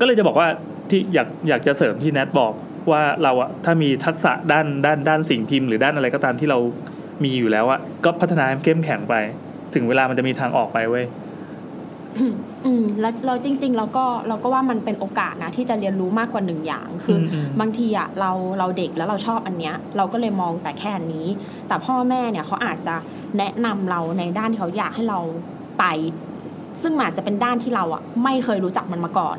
[SPEAKER 2] ก็เลยจะบอกว่าที่อยากอยากจะเสริมที่แนทบอกว่าเราอะถ้ามีทักษะด้านด้านด้านสิ่งพิมพ์หรือด้านอะไรก็ตามที่เรามีอยู่แล้วอะก็พัฒนาให้เข้มแข็งไป ถึงเวลามันจะมีทางออกไปเว้ย
[SPEAKER 4] อืมแล้วเราจริง ๆ เราก็เราก็ว่ามันเป็นโอกาสนะที่จะเรียนรู้มากกว่าหนึ่งอย่างคืออ
[SPEAKER 2] มอืม
[SPEAKER 4] บางทีอะเราเราเด็กแล้วเราชอบอันเนี้ย เราก็เลยมองแต่แค่อันนี้ แต่พ่อแม่เนี่ยเขาอาจจะแนะนำเราในด้านที่เขาอยากให้เราไป ซึ่งมันอาจจะเป็นด้านที่เราอะไม่เคยรู้จักมันมาก่อน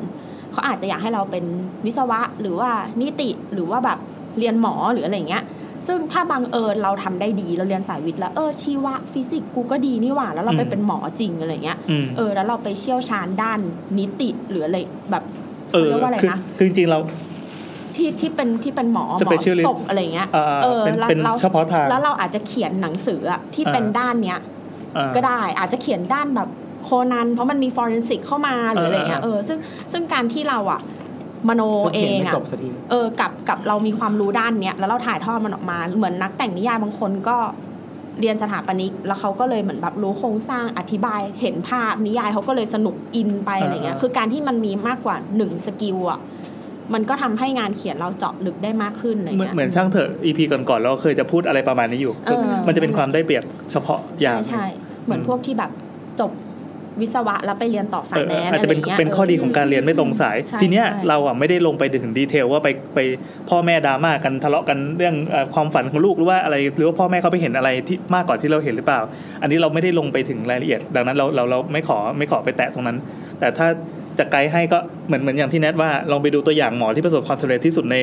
[SPEAKER 4] เขาอาจจะอยากให้เราเป็นวิศวะหรือว่านิติหรือว่าแบบเรียนหมอหรืออะไรอย่างเงี้ย ซึ่งถ้าบังเอิญเราทำได้ดีเราเรียนสายวิทย์แล้วเออชีวะฟิสิกส์กูก็ดีนี่หว่าแล้วเราไปเป็นหมอจริงอะไรอย่างเงี้ย
[SPEAKER 2] อืม
[SPEAKER 4] เออแล้วเราไปเชี่ยวชาญด้านนิติหรืออะไรแบบ
[SPEAKER 2] เออ
[SPEAKER 4] เรียกว่าอะไร
[SPEAKER 2] คือ
[SPEAKER 4] นะ
[SPEAKER 2] คือจริงๆเรา
[SPEAKER 4] ที่ที่เป็นที่เป็นหมอหมอ
[SPEAKER 2] Specialist
[SPEAKER 4] ศพอะไรเงี้ย
[SPEAKER 2] เอ่อ
[SPEAKER 4] เออ
[SPEAKER 2] เป็น
[SPEAKER 4] แล้ว
[SPEAKER 2] เป็น
[SPEAKER 4] เรา
[SPEAKER 2] เฉพาะทาง
[SPEAKER 4] แล้วเราอาจจะเขียนหนังสืออะที่
[SPEAKER 2] อ่า
[SPEAKER 4] เป็นด้านเนี้ย
[SPEAKER 2] อ่า
[SPEAKER 4] ก็ได้อาจจะเขียนด้านแบบโคนัน เพราะมันมีฟอร์เรนซิกเข้ามาหรืออะไรเงี้ยเออซึ่งซึ่งการที่เราอะมโนเอ
[SPEAKER 1] เขี
[SPEAKER 4] ง
[SPEAKER 1] ยนไม่
[SPEAKER 4] อะ
[SPEAKER 1] จบสักที
[SPEAKER 4] เออกับกับเรามีความรู้ด้านเนี้ยแล้วเราถ่ายทอดมันออกมา เหมือนนักแต่งนิยายบางคนก็เรียนสถาปนิก แล้วเขาก็เลยเหมือนแบบรู้โครงสร้างอธิบายเห็นภาพนิยายเขาก็เลยสนุกอินไป
[SPEAKER 2] อ่า
[SPEAKER 4] อะไรเงี้ย
[SPEAKER 2] อ่า
[SPEAKER 4] คือการที่มันมีมากกว่าหนึ่งสกิลอ่ะมันก็ทำให้งานเขียนเราเจาะลึกได้มากขึ้นอะไร
[SPEAKER 2] เหมือน
[SPEAKER 4] เงี้ย
[SPEAKER 2] เหมือนช่างเถอะอีพีก่อนๆเราเคยจะพูดอะไรประมาณนี้อยู่คือ
[SPEAKER 4] เออ
[SPEAKER 2] มันจะเป็นความได้เปรียบเฉพาะอย่า
[SPEAKER 4] ใช่
[SPEAKER 2] ง
[SPEAKER 4] ใช่เหมือนพวกที่แบบจบวิศวะแล้วไปเรียนต่อไฟ
[SPEAKER 2] เออ
[SPEAKER 4] แน
[SPEAKER 2] เออน
[SPEAKER 4] ซ์อะ
[SPEAKER 2] อาจ
[SPEAKER 4] ไร
[SPEAKER 2] จะเป็น
[SPEAKER 4] เงี้ย
[SPEAKER 2] เป็นข้อดีของการเรียนไม่ตรงสาย
[SPEAKER 4] ใช่
[SPEAKER 2] ทีเนี้ย
[SPEAKER 4] ใช่
[SPEAKER 2] เราอ่ะไม่ได้ลงไปถึงดีเทลว่าไปไปพ่อแม่ดราม่ากันทะเลาะกันเรื่องเอ่อความฝันของลูกหรือว่าอะไร หรือว่าพ่อแม่เขาไปเห็นอะไรที่มากกว่าที่เราเห็นหรือเปล่า อันนี้เราไม่ได้ลงไปถึงรายละเอียด ดังนั้นเราเราเราไม่ขอไม่ขอไปแตะตรงนั้น แต่ถ้าจะไกด์ให้ก็เหมือนเหมือนอย่างที่แนทว่าลองไปดูตัวอย่างหมอที่ประสบความสำเร็จที่สุดใน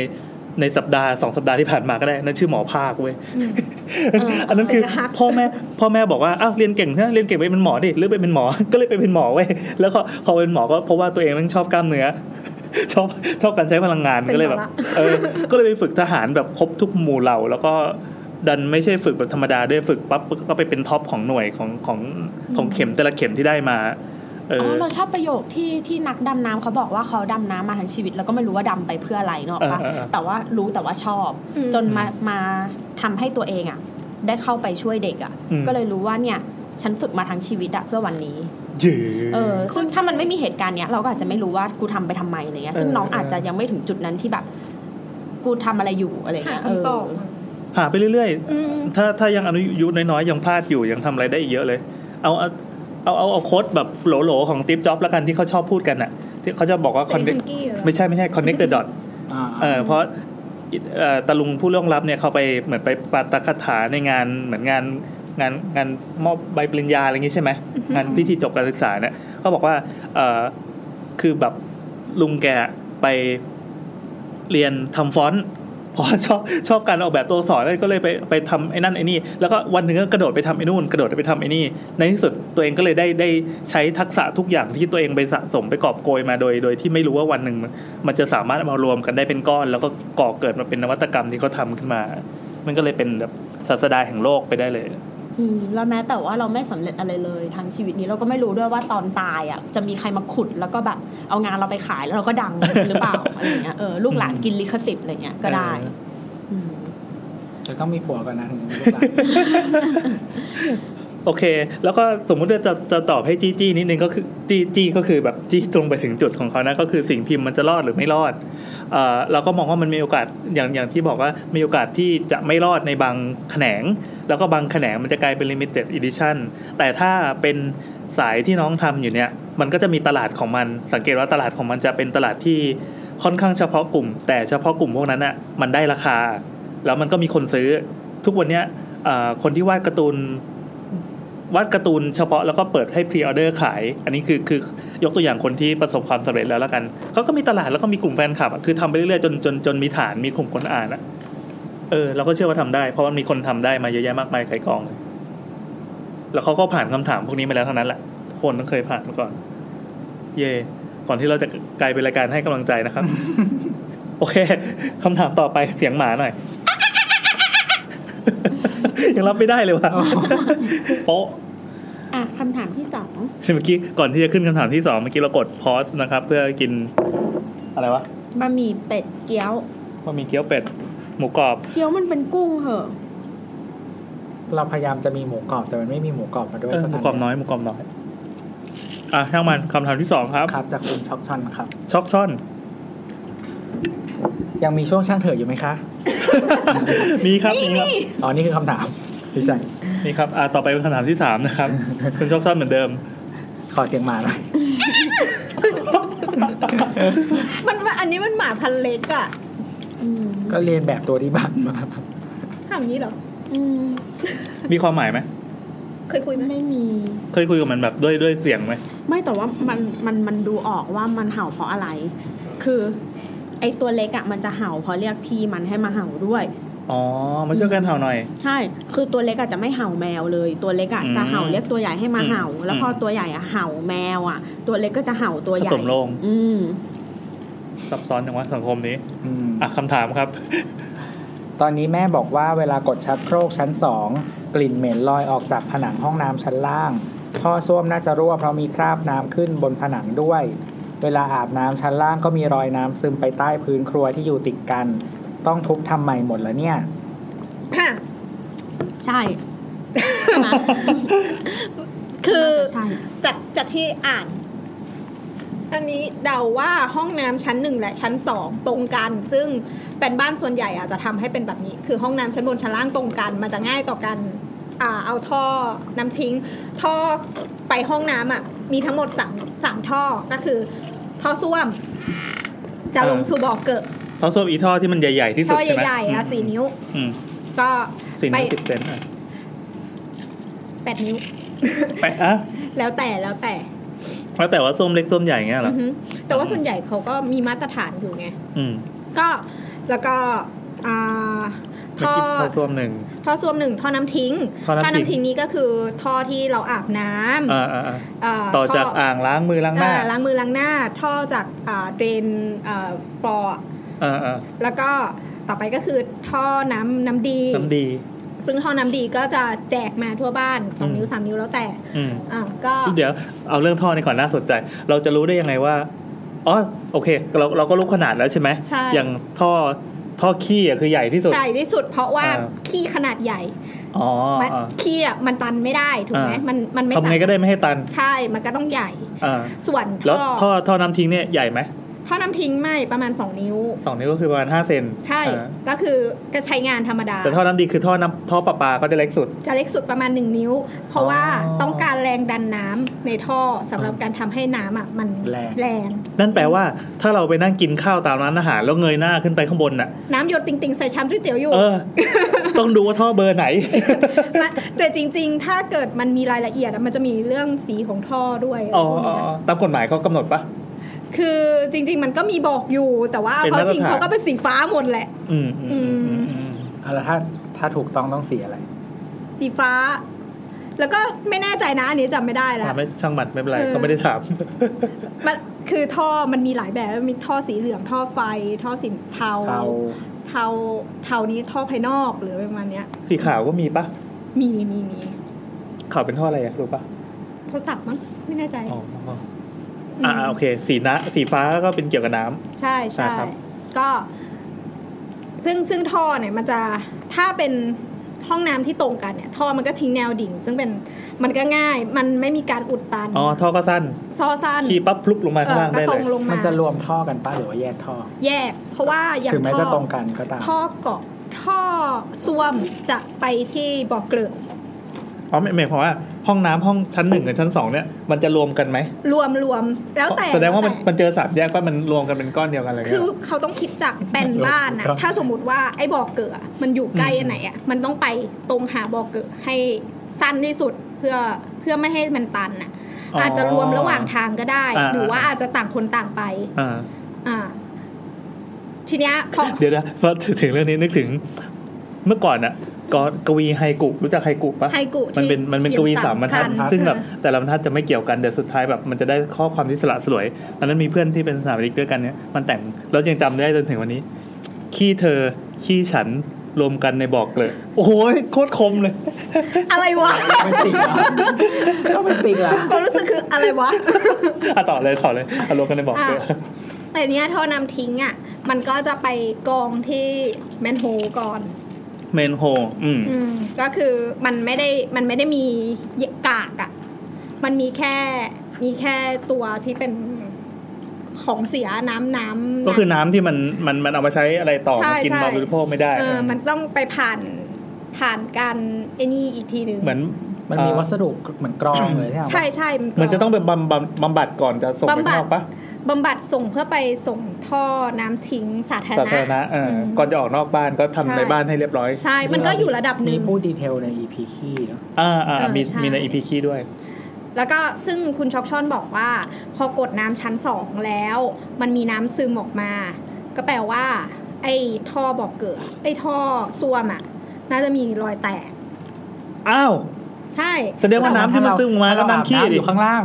[SPEAKER 2] ในสัปดาห์สองสัปดาห์ที่ผ่านมาก็ได้นั่นชื่อหมอภาคเว้ย
[SPEAKER 3] อืม
[SPEAKER 2] อันนั้นคือ
[SPEAKER 3] เออนะคะ
[SPEAKER 2] พ่อแม่พ่อแม่บอกว่าอ้าวเรียนเก่งใช่ไหมเรียนเก่งไปเป็นหมอดิหรือไปเป็นหมอ ก็เลยไปเป็นหมอเว้ยแล้วก็พอเป็นหมอก็เพราะว่าตัวเองแมันชอบกล้ามเนื้อ ชอบชอบการใช้พลังงาน
[SPEAKER 3] เป็น
[SPEAKER 2] ก็เลยแบบ
[SPEAKER 3] หมอละ
[SPEAKER 2] เออก็เลยไปฝึกทหารแบบครบทุกหมู่เหล่า แล้วก็ดันไม่ใช่ฝึกแบบธรรมดาด้วยฝึกปั๊บก็ไปเป็นท็อปของหน่วยของของของเข็มแต่ละเข็มที่ได้มาเอ
[SPEAKER 4] อ๋
[SPEAKER 2] อ
[SPEAKER 4] อ
[SPEAKER 2] อ
[SPEAKER 4] เราชอบประโยคที่ที่นักดำน้ำเขาบอกว่าเขาดำน้ำมาทั้งชีวิต แล้วก็ไม่รู้ว่าดำไปเพื่ออะไรเนาะปะ
[SPEAKER 2] เออเออเออ
[SPEAKER 4] แต่ว่ารู้แต่ว่าชอบ
[SPEAKER 3] อืม
[SPEAKER 4] จนมามาทำให้ตัวเองอะได้เข้าไปช่วยเด็กอะ
[SPEAKER 2] อืม
[SPEAKER 4] ก็เลยรู้ว่าเนี่ยฉันฝึกมาทั้งชีวิตอะเพื่อวันนี้
[SPEAKER 2] เย
[SPEAKER 4] เออซึ่งถ้ามันไม่มีเหตุการณ์เนี้ยเราก็อาจจะไม่รู้ว่ากูทำไปทำไมอะไรเงี้ยซึ่ง
[SPEAKER 2] เออ
[SPEAKER 4] น้อง
[SPEAKER 2] เอออ
[SPEAKER 4] อาจจะยังไม่ถึงจุดนั้นที่แบบ กูทำอะไรอยู่อะไร
[SPEAKER 3] หา
[SPEAKER 4] เงี้ย
[SPEAKER 3] คำตอบ
[SPEAKER 4] เออ
[SPEAKER 2] หาไปเรื่อยๆ
[SPEAKER 3] อืม
[SPEAKER 2] ถ้าถ้ายังอนุยุน้อยๆ ยังพลาดอยู่ยังทำอะไรได้อีกเยอะเลย เอาเอาเอาเอาโค้ดแบบโหลๆของติ๊บจ็อบแล้วกันที่เขาชอบพูดกันอะ ที่เขาจะบอกว่า connect ไม่ใช่ไม่ใช่ connect the dot
[SPEAKER 1] อ่า
[SPEAKER 2] เออเพราะเอ่อตะลุงผู้ล่วงลับเนี่ยเขาไปเหมือนไปปาตกถาในงานเหมือนงานงานงานมอบใบปริญญาอะไรอย่างงี้ใช่ไหม
[SPEAKER 3] อือฮึ
[SPEAKER 2] งานพิธีจบการศึกษาเนี่ยเขาบอกว่าเออคือแบบลุงแกไปเรียนทำฟอนต์ เพราะชอบชอบการออกแบบตัวอักษรก็เลยไปไปทำไอ้นั่นไอ้นี่ แล้วก็วันหนึ่งก็กระโดดไปทำไอ้นู่นกระโดดไปทำไอ้นี่ ในที่สุดตัวเองก็เลยได้ได้ใช้ทักษะทุกอย่างที่ตัวเองไปสะสมไปกอบโกยมาโดย โดยที่ไม่รู้ว่าวันหนึ่ง มันจะสามารถเอามารวมกันได้เป็นก้อน แล้วก็ก่อเกิดมาเป็นนวัตกรรมที่เขาทำขึ้นมา มันก็เลยเป็นแบบศาสดาแห่งโลกไปได้เลย
[SPEAKER 4] อืมแล้วแม้แต่ว่าเราไม่สำเร็จอะไรเลยทางชีวิตนี้เราก็ไม่รู้ด้วยว่าตอนตายอ่ะจะมีใครมาขุดแล้วก็แบบเอางานเราไปขายแล้วเราก็ดัง หรือเปล่าอะไรเงี้ยเออลูกหลานกินลิขสิทธิ์อะไรเงี้ยก็ได้
[SPEAKER 2] เออ
[SPEAKER 4] อืม
[SPEAKER 1] จะต้องมีผัวก่อนนะถึงจะมีลูกหลาน
[SPEAKER 2] โอเค แล้วก็สมมุติว่าจะจะตอบให้จี้จี้นิดนึงก็คือจี้จี้ก็คือแบบจี้ตรงไปถึงจุดของเขานะก็คือสิ่งพิมพ์มันจะรอดหรือไม่รอดเอ่อเราก็มองว่ามันมีโอกาสอย่างอย่างที่บอกว่ามีโอกาสที่จะไม่รอดในบางแขนง แล้วก็บางแขนงมันจะกลายเป็น limited edition แต่ถ้าเป็นสายที่น้องทำอยู่เนี่ยมันก็จะมีตลาดของมัน สังเกตว่าตลาดของมันจะเป็นตลาดที่ค่อนข้างเฉพาะกลุ่ม แต่เฉพาะกลุ่มพวกนั้นอ่ะมันได้ราคา แล้วมันก็มีคนซื้อ ทุกวันเนี้ยเอ่อคนที่วาดการ์ตูน วาดการ์ตูนเฉพาะแล้วก็เปิดให้พรีออเดอร์ขาย อันนี้คือคือยกตัวอย่างคนที่ประสบความสำเร็จแล้วละกันเขาก็มีตลาดแล้วก็มีกลุ่มแฟนคลับอะคือทำไปเรื่อยๆจนจนจนมีฐานมีกลุ่มคนอ่านอะเออเราก็เชื่อว่าทำได้ เพราะมันมีคนทำได้มาเยอะแยะมากมายขายกอง แล้วเขาก็ผ่านคำถามพวกนี้มาแล้วทั้งนั้นแหละทุกคนต้องเคยผ่านมาก่อน เย่ก่อนที่เราจะกลายเป็นรายการให้กำลังใจนะครับ โอเคคำถามต่อไปเสียงหมาหน่อย ยังรับไม่ได้เลยว่ะ โป๊ะ
[SPEAKER 4] อ่ะคำถามที่สอง
[SPEAKER 2] ใช่เมื่อกี้ก่อนที่จะขึ้นคำถามที่สองเมื่อกี้เรากดพอสนะครับ เพื่อกินอะไรวะ
[SPEAKER 4] บะหมี่เป็ดเกี๊ยว
[SPEAKER 2] ว่ามีเกี๊ยวเป็ด หมูกรอบ
[SPEAKER 4] เกี๊ยวมันเป็นกุ้งเหอะ
[SPEAKER 1] เราพยายามจะมีหมูกรอบแต่มันไม่มีหมูกรอบมาด้วย
[SPEAKER 2] เออ
[SPEAKER 1] สั
[SPEAKER 2] ห
[SPEAKER 1] น
[SPEAKER 2] มูกรอบน้อยหมูกรอบน้อย อ่ะช่างมันคำถามที่สองครับ
[SPEAKER 1] ครับจากคุณช็อกชอนครับ
[SPEAKER 2] ช็อกช่อน
[SPEAKER 1] ยังมีช่วงช่างเถอะอยู่ไหมคะ
[SPEAKER 2] มีครับมีครับ
[SPEAKER 1] อ๋อ นี่คือคำถามไม่ใช่
[SPEAKER 2] มีครับอ่ะต่อไปเป็นคำถามที่สามนะครับ คุณช็อกช่อนเหมือนเดิม
[SPEAKER 1] ขอเสียงหมาหน่อย
[SPEAKER 3] มันมันอันนี้มันหมาพันเล็กอ่ะ
[SPEAKER 4] อืม
[SPEAKER 1] ก็เรียนแบบตัวที่บ้านมา
[SPEAKER 3] ทำอย่างนี้เหรอ
[SPEAKER 4] อืม
[SPEAKER 2] มีความหมายไหม
[SPEAKER 3] เคยคุยไหม
[SPEAKER 4] ไม่มี
[SPEAKER 2] เคยคุยกับมันแบบด้วยด้วยเสียงไหม
[SPEAKER 4] ไม่แต่ว่ามันมันมันดูออกว่ามันเห่าเพราะอะไร คือไอตัวเล็กอะมันจะเห่าเพราะเรียกพี่มันให้มาเห่าด้วย
[SPEAKER 2] อ๋อมาช่วยกันเห่าหน่อย
[SPEAKER 4] ใช่ คือตัวเล็กอาจจะไม่เห่าแมวเลย ตัวเล็กอะ
[SPEAKER 2] อืม
[SPEAKER 4] จะเห่าเรียกตัวใหญ่ให้มาเห่า
[SPEAKER 2] อืม
[SPEAKER 4] แล้วพอตัวใหญ่อะเห่าแมวอะตัวเล็กก็จะเห่าตัวใหญ่
[SPEAKER 2] ผสมโรง
[SPEAKER 4] อืม
[SPEAKER 2] ซับซ้อนจังวะสังคมนี้
[SPEAKER 1] อืม
[SPEAKER 2] อ่ะคำถามครับ
[SPEAKER 1] ตอนนี้แม่บอกว่าเวลากดชักโครกชั้นสองกลิ่นเหม็นลอยออกจากผนังห้องน้ำชั้นล่างท่อส้วมน่าจะรั่วเพราะมีคราบน้ำขึ้นบนผนังด้วย เวลาอาบน้ำชั้นล่างก็มีรอยน้ำซึมไปใต้พื้นครัวที่อยู่ติดกัน ต้องทุบทำใหม่หมดแล้วเนี่ย
[SPEAKER 3] ค่ะ
[SPEAKER 4] ใช่ ใช่ไหม
[SPEAKER 3] คือ
[SPEAKER 4] ใช่
[SPEAKER 3] จากจากที่อ่าน อันนี้เดาว่าห้องน้ำชั้นหนึ่งและชั้นสองตรงกัน ซึ่งเป็นบ้านส่วนใหญ่อาจจะทำให้เป็นแบบนี้ คือห้องน้ำชั้นบนชั้นล่างตรงกัน มันจะง่ายต่อกันอ่าเอาท่อน้ำทิ้ง ท่อไปห้องน้ำอ่ะ มีทั้งหมดสามสามท่อก็คือ ท่อส้วม จะลงสู่บ่อเกิด
[SPEAKER 2] ท่อส้วมอีท่อที่มันใหญ่ๆที่สุด
[SPEAKER 3] ท่อ
[SPEAKER 2] ใช่ไหม
[SPEAKER 3] ใหญ่ๆอ่ะสี่นิ้ว
[SPEAKER 2] อืม
[SPEAKER 3] ก็
[SPEAKER 2] สี่
[SPEAKER 3] ไป
[SPEAKER 2] นิ้วสิบเซนอ่ะ
[SPEAKER 3] แปดนิ้ว
[SPEAKER 2] แปะอ่ะ
[SPEAKER 3] แล้วแต่แล้วแต่
[SPEAKER 2] แล้วแต่ว่าส้วมเล็กส้วมใหญ่เงี้ยเหรอ
[SPEAKER 3] อือฮึแต่ว่าส่วนใหญ่เขาก็มีมาตรฐานอยู่ไง
[SPEAKER 2] อืม
[SPEAKER 3] ก็แล้วก็อ่า
[SPEAKER 2] เมื่อ
[SPEAKER 3] ท่อ
[SPEAKER 2] กี้ท่อส้วมหนึ่ง
[SPEAKER 3] ท่อส้วมหนึ่งท่อน้ำทิ้ง
[SPEAKER 2] ท่อน้ำทิ้ง
[SPEAKER 3] ทิ้งนี้ก็คือท่อที่เราอาบน้ำ
[SPEAKER 2] อ่าอ่าอ่า
[SPEAKER 3] อ่า
[SPEAKER 2] ต่อจาก
[SPEAKER 3] ท่
[SPEAKER 2] อ่างล้างมือล้างหน้า
[SPEAKER 3] อ่ล้างมือล้างหน้า ท่อจากเดรนฟลอร์
[SPEAKER 2] อ่าอ่า
[SPEAKER 3] แล้วก็ต่อไปก็คือท่อน้ำน้ำดี
[SPEAKER 2] น้ำดี
[SPEAKER 3] ซึ่งท่อน้ำดีก็จะแจกมาทั่วบ้านสอง
[SPEAKER 2] อืม
[SPEAKER 3] นิ้วสามนิ้วแล้วแต่
[SPEAKER 2] อืม
[SPEAKER 3] อ่าก็
[SPEAKER 2] เดี๋ยวเอาเรื่องท่อนี่ก่อนน่าสนใจ เราจะรู้ได้ยังไงว่าอ๋อโอเค เราเราก็รู้ขนาดแล้วใช่ไหม
[SPEAKER 3] ใช่
[SPEAKER 2] อย่างท่อท่อขี้อ่ะคือใหญ่ที่สุด
[SPEAKER 3] ใช่ที่สุดเพราะว่า
[SPEAKER 2] อ่า
[SPEAKER 3] ขี้ขนาดใหญ่
[SPEAKER 2] อ๋อ
[SPEAKER 3] มัน
[SPEAKER 2] อ่า
[SPEAKER 3] ขี้อ่ะมันตันไม่ได้ถูกไหม
[SPEAKER 2] อ่ามั
[SPEAKER 3] มันมันไม่
[SPEAKER 2] ทำไง
[SPEAKER 3] สา
[SPEAKER 2] ก็ได้ไม่ให้ตัน
[SPEAKER 3] ใช่ มันก็ต้องใหญ่
[SPEAKER 2] อ่า
[SPEAKER 3] ส่วน
[SPEAKER 2] แล้ว
[SPEAKER 3] ท่อ
[SPEAKER 2] ท่อท่อน้ำทิ้งเนี่ยใหญ่ไหม
[SPEAKER 3] ท่อน้ำทิ้งไม่ประมาณ 2 นิ้ว
[SPEAKER 2] สองนิ้วก็คือประมาณห้าเซน
[SPEAKER 3] ใช่
[SPEAKER 2] อ่า
[SPEAKER 3] ก็คือก็ใช้งานธรรมดา
[SPEAKER 2] แต่ท่อน้ำดีคือท่อน้ำท่อประปาก็จะเล็กสุด
[SPEAKER 3] จะเล็กสุดประมาณ 1 นิ้ว เพราะว่า
[SPEAKER 2] อ๋อ
[SPEAKER 3] ต้องการแรงดันน้ำในท่อสำหรับการทำให้น้ำอ่ะมัน
[SPEAKER 1] แรง
[SPEAKER 2] นั่นแปลว่าถ้าเราไปนั่งกินข้าวตามร้านอาหารแล้วเงยหน้าขึ้นไปข้างบนน่ะ
[SPEAKER 3] น้ำหยดติ่งๆ ใส่ชามก๋วยเตี๋ยวอยู่
[SPEAKER 2] เออ ต้องดูว่าท่อเบอ ร์ไหน
[SPEAKER 3] มันแต่จริงๆ ถ้าเกิดมันมีรายละเอียดอะมันจะมีเรื่องสีของท่อด้วย
[SPEAKER 2] อ๋อ
[SPEAKER 3] พวก
[SPEAKER 2] อ๋อ
[SPEAKER 3] เนี้ย
[SPEAKER 2] อ๋อตามกฎหมายเขากำหนดปะ
[SPEAKER 3] คือจริง ๆ มันก็มีบอกอยู่ แต่ว่า
[SPEAKER 2] เป็น
[SPEAKER 3] พอจริง
[SPEAKER 2] มาตรฐาน
[SPEAKER 3] เขาก็เป็นสีฟ้าหมดแหละ
[SPEAKER 2] อืมอืมอืมอืมอืม
[SPEAKER 1] เอาละถ้าถ้าถูกต้องต้องเสียอะไร
[SPEAKER 3] สีฟ้า แล้วก็ไม่แน่ใจนะอันนี้จำไม่ได้แล้ว
[SPEAKER 2] ถามไม่ช่างมันไม่เป็นไร
[SPEAKER 3] เออ
[SPEAKER 2] เขาไม่ได้ถาม
[SPEAKER 3] มันคือท่อมันมีหลายแบบมันมีท่อสีเหลืองท่อไฟ ท่อสีเทา
[SPEAKER 1] เอา
[SPEAKER 3] เทาเทานี้ท่อภายนอกหรือประมาณเนี้ย
[SPEAKER 2] สีขาวก็มีปะ
[SPEAKER 3] มีมีมี
[SPEAKER 2] ขาวเป็นท่ออะไรอะรู้ปะ
[SPEAKER 3] โทรศัพท์มั้งไม่แน่ใจ
[SPEAKER 2] อ๋ออ๋อ
[SPEAKER 3] ม
[SPEAKER 2] อ่าโอเค สีนะสีฟ้าก็เป็นเกี่ยวกับน้ำ
[SPEAKER 3] ใช่ใช่
[SPEAKER 2] อ่าครับ
[SPEAKER 3] ก็ ซึ่งซึ่งท่อเนี่ยมันจะถ้าเป็นห้องน้ำที่ตรงกันเนี่ย ท่อมันก็ทิ้งแนวดิ่ง ซึ่งเป็นมันก็ง่าย มันไม่มีการอุดตัน
[SPEAKER 2] อ๋อท่อก็สั้น
[SPEAKER 3] ซ่อสั้น
[SPEAKER 2] ขี่ปั๊บพลุบลงมา
[SPEAKER 3] เอ
[SPEAKER 2] ข้าง
[SPEAKER 3] อ
[SPEAKER 2] ล่าง
[SPEAKER 3] ก็
[SPEAKER 2] ได้
[SPEAKER 3] ต
[SPEAKER 2] เล
[SPEAKER 3] ร
[SPEAKER 2] ย
[SPEAKER 3] งลงมา
[SPEAKER 1] มั
[SPEAKER 3] มัน
[SPEAKER 1] จะรวมท่อกันป้าหรือว่าแยกท่อ
[SPEAKER 3] แยก เพราะว่าอย่าง
[SPEAKER 1] ถึงแม้
[SPEAKER 3] ท่อ
[SPEAKER 1] จะตรงกันก็ตาม
[SPEAKER 3] ท่อเกาะท่อส้วมจะไปที่บ่อเกลือ
[SPEAKER 2] อ๋อหมายหมายความว่าห้องน้ำห้องชั้นหนึ่งกับชั้นสองเนี่ยมันจะรวมกันไหม
[SPEAKER 3] รวมรวมแล้วแต่
[SPEAKER 2] แสดงว่ามัน
[SPEAKER 3] ล้
[SPEAKER 2] มันเจอสามแยกว่ามันรวมกันเป็นก้อนเดียวกันอะไรเงี้ย
[SPEAKER 3] คือเขาต้องคิดจากแปลนบ้านนะครับ ถ้าสมมติว่าไอ้บ่อเกลือมันอยู่ใกล้
[SPEAKER 2] อืม
[SPEAKER 3] อันไหนอ่ะมันต้องไปตรงหาบ่อเกลือให้สั้นที่สุดเพื่อเพื่อไม่ให้มันตันอ่ะ อาจจะรวมระหว่างทางก็ได้
[SPEAKER 2] อ่า
[SPEAKER 3] หรือว่าอาจจะต่างคนต่างไป
[SPEAKER 2] อ่า
[SPEAKER 3] อ่า ทีเนี้ยพอ
[SPEAKER 2] เดี๋ยวนะ พอถึงเรื่องนี้นึกถึง เมื่อก่อนอะกกวีไฮกุรู้จักไฮกุปะ
[SPEAKER 3] ไฮกุ
[SPEAKER 2] มันเป็น
[SPEAKER 3] ที่
[SPEAKER 2] มันเป็นกวีสามบรรทัด
[SPEAKER 1] พัน
[SPEAKER 2] ซึ่งแบบแต่ละบรรทัดจะไม่เกี่ยวกันแต่สุดท้ายแบบมันจะได้ข้อความที่สละสลวยตอนนั้นมีเพื่อนที่เป็นสถาปนิกด้วยกันเนี่ยมันแต่งแล้วยังจำได้จนถึงวันนี้ ขี้เธอขี้ฉันรวมกันในบอกเลย โอ้โหโคตรคมเลย
[SPEAKER 3] อะไร วะ
[SPEAKER 1] ไม่ติดเหรอก็ไม่ติดเหรอ
[SPEAKER 3] ความรู้สึกคืออะไรวะ
[SPEAKER 2] อะต่อเลยต่อเลยอารมณ์กันในบอกเลย
[SPEAKER 3] อ่ะ แต่เนี้ยท่อน้ำทิ้งอ่ะ มันก็จะไปกองที่แมนโฮก่อน
[SPEAKER 2] เมนโฮอืม
[SPEAKER 3] อืม ก็คือมันไม่ได้มันไม่ได้มีกากอ่ะ มันมีแค่มีแค่ตัวที่เป็นของเสียน้ำน้ำ
[SPEAKER 2] ก็คือน้ำที่มันมันมันเอามาใช้อะไรต่อมากินมาบริโภคไม่ได้
[SPEAKER 3] เออมันต้องไปผ่านผ่านการไอ้นี่อีกทีหนึ่ง
[SPEAKER 2] เหมือน
[SPEAKER 1] มันมี
[SPEAKER 2] เอ่อ
[SPEAKER 1] วัสดุเหมือนกรองเลยใช่ไหม
[SPEAKER 3] ใช่ใช่
[SPEAKER 2] เหมือนจะต้องไปบำบำบำบัดก่อนจะส่งไปข้างนอกปะ
[SPEAKER 3] บำบัดส่งเพื่อไปส่งท่อน้ำทิ้งสาธาร
[SPEAKER 2] สา
[SPEAKER 3] ณะ
[SPEAKER 2] ธารณะเอออ
[SPEAKER 3] ม
[SPEAKER 2] ก่อนจะออกนอกบ้านก็ทำ
[SPEAKER 3] ใช่
[SPEAKER 2] ในบ้านให้เรียบร้อย
[SPEAKER 3] ใช่ มันก็อยู่ระดับห
[SPEAKER 1] มี
[SPEAKER 3] นึ่ง
[SPEAKER 1] ผู้ดีเทลใน EP ขี้เนอะ
[SPEAKER 2] อ่าอ่า
[SPEAKER 3] เออ
[SPEAKER 2] มี
[SPEAKER 3] ใช่
[SPEAKER 2] มีในอีพีคีด้วย
[SPEAKER 3] แล้วก็ซึ่งคุณช็อกช่อนบอกว่า พอกดน้ำชั้นสองแล้ว มันมีน้ำซึมออกมา ก็แปลว่า ไอ้ท่อบอกเกิดไอ้ท่อซ่วมอ่ะ น่าจะมีรอยแตก
[SPEAKER 2] อ้าว
[SPEAKER 3] ใช่
[SPEAKER 2] แสดงว่าน้ำที่มันซึมออกมาก็น้ำขี้
[SPEAKER 1] ถ้าเราอาบน้ำอ
[SPEAKER 2] ดิ
[SPEAKER 1] ยู่ข้างล่าง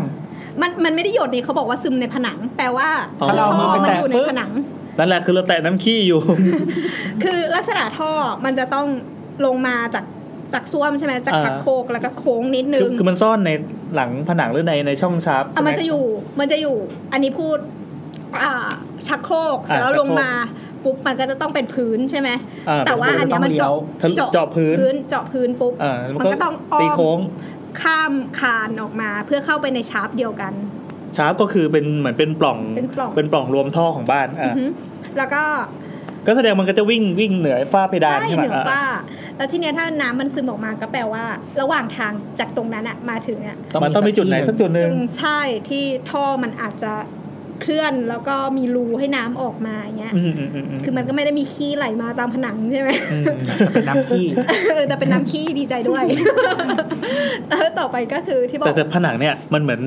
[SPEAKER 3] มันมันไม่ได้หยดนี่เขาบอกว่าซึมในผนัง แปลว่า
[SPEAKER 2] อ๋อ
[SPEAKER 3] ท่อมันอยู่ในผนัง
[SPEAKER 2] นั่นแหละคือเราแตะน้ำขี้อยู่
[SPEAKER 3] คือลักษณะท่อมันจะต้องลงมาจากจากซ่วมใช่ไหมจาก
[SPEAKER 2] อ่า
[SPEAKER 3] ชักโครกแล้วก็โค้งนิดนึ
[SPEAKER 2] คือง คือมันซ่อนในหลังผนังหรือในในช่องชาร์ป
[SPEAKER 3] อ่ะมันจะอยู่มันจะอยู่ อันนี้พูด อ่า ชักโครกเสร็จ
[SPEAKER 2] อ่า
[SPEAKER 3] แล้ว
[SPEAKER 2] ชักโค
[SPEAKER 3] ล
[SPEAKER 2] รก
[SPEAKER 3] งมาปุ๊บมันก็จะต้องเป็นพื้นใช่ไหม
[SPEAKER 2] อ่า
[SPEAKER 3] แต่ว่าอันเนี้ยมันเจาะ
[SPEAKER 2] ทะลุเจาะพื้น
[SPEAKER 3] เจาะพื้นปุ๊บ
[SPEAKER 2] อ่าแล้ว
[SPEAKER 3] มันก็ต้องอ้อ
[SPEAKER 2] ตี
[SPEAKER 3] ม
[SPEAKER 2] โค้ง
[SPEAKER 3] ข้ามคานออกมาเพื่อเข้าไปในชาร์ปเดียวกัน
[SPEAKER 2] ชาร์ปก็คือเป็นเหมือนเป็นปล่อง
[SPEAKER 3] เป็นปล่อง
[SPEAKER 2] เป็นปล่องรวมท่อของบ้าน
[SPEAKER 3] อื
[SPEAKER 2] อ่า
[SPEAKER 3] อหือแล้วก็
[SPEAKER 2] ก็แสดงมันก็จะวิ่งวิ่งเหนือฝ้าเพดาน
[SPEAKER 3] ใช่
[SPEAKER 2] ขึ้
[SPEAKER 3] เห
[SPEAKER 2] มา
[SPEAKER 3] นือฟ้า แล้วทีเนี้ยถ้าน้ำมันซึมออกมาก็แปลว่า ระหว่างทางจากตรงนั้นอะมาถึงอะ
[SPEAKER 2] อ่ะมันต้องมีจุดไหนสักจุดห
[SPEAKER 3] จึ
[SPEAKER 2] นึ่ง
[SPEAKER 3] งใช่ที่ท่อมันอาจจะเคลื่อนแล้วก็มีรูให้น้ำออกมาอย่างเงี้ย
[SPEAKER 2] อืมอืมอืมอืม
[SPEAKER 3] คือมันก็ไม่ได้มีขี้ไหลมาตามผนังใช่ไหม
[SPEAKER 2] อืม
[SPEAKER 1] เป็นน้ำขี้
[SPEAKER 3] เออแต่เป็นน้ำขี้ดีใจ ด้วย แล้วต่อไปก็คือที่บอก
[SPEAKER 2] แต่แต่ผนังเนี่ยมันเหมือน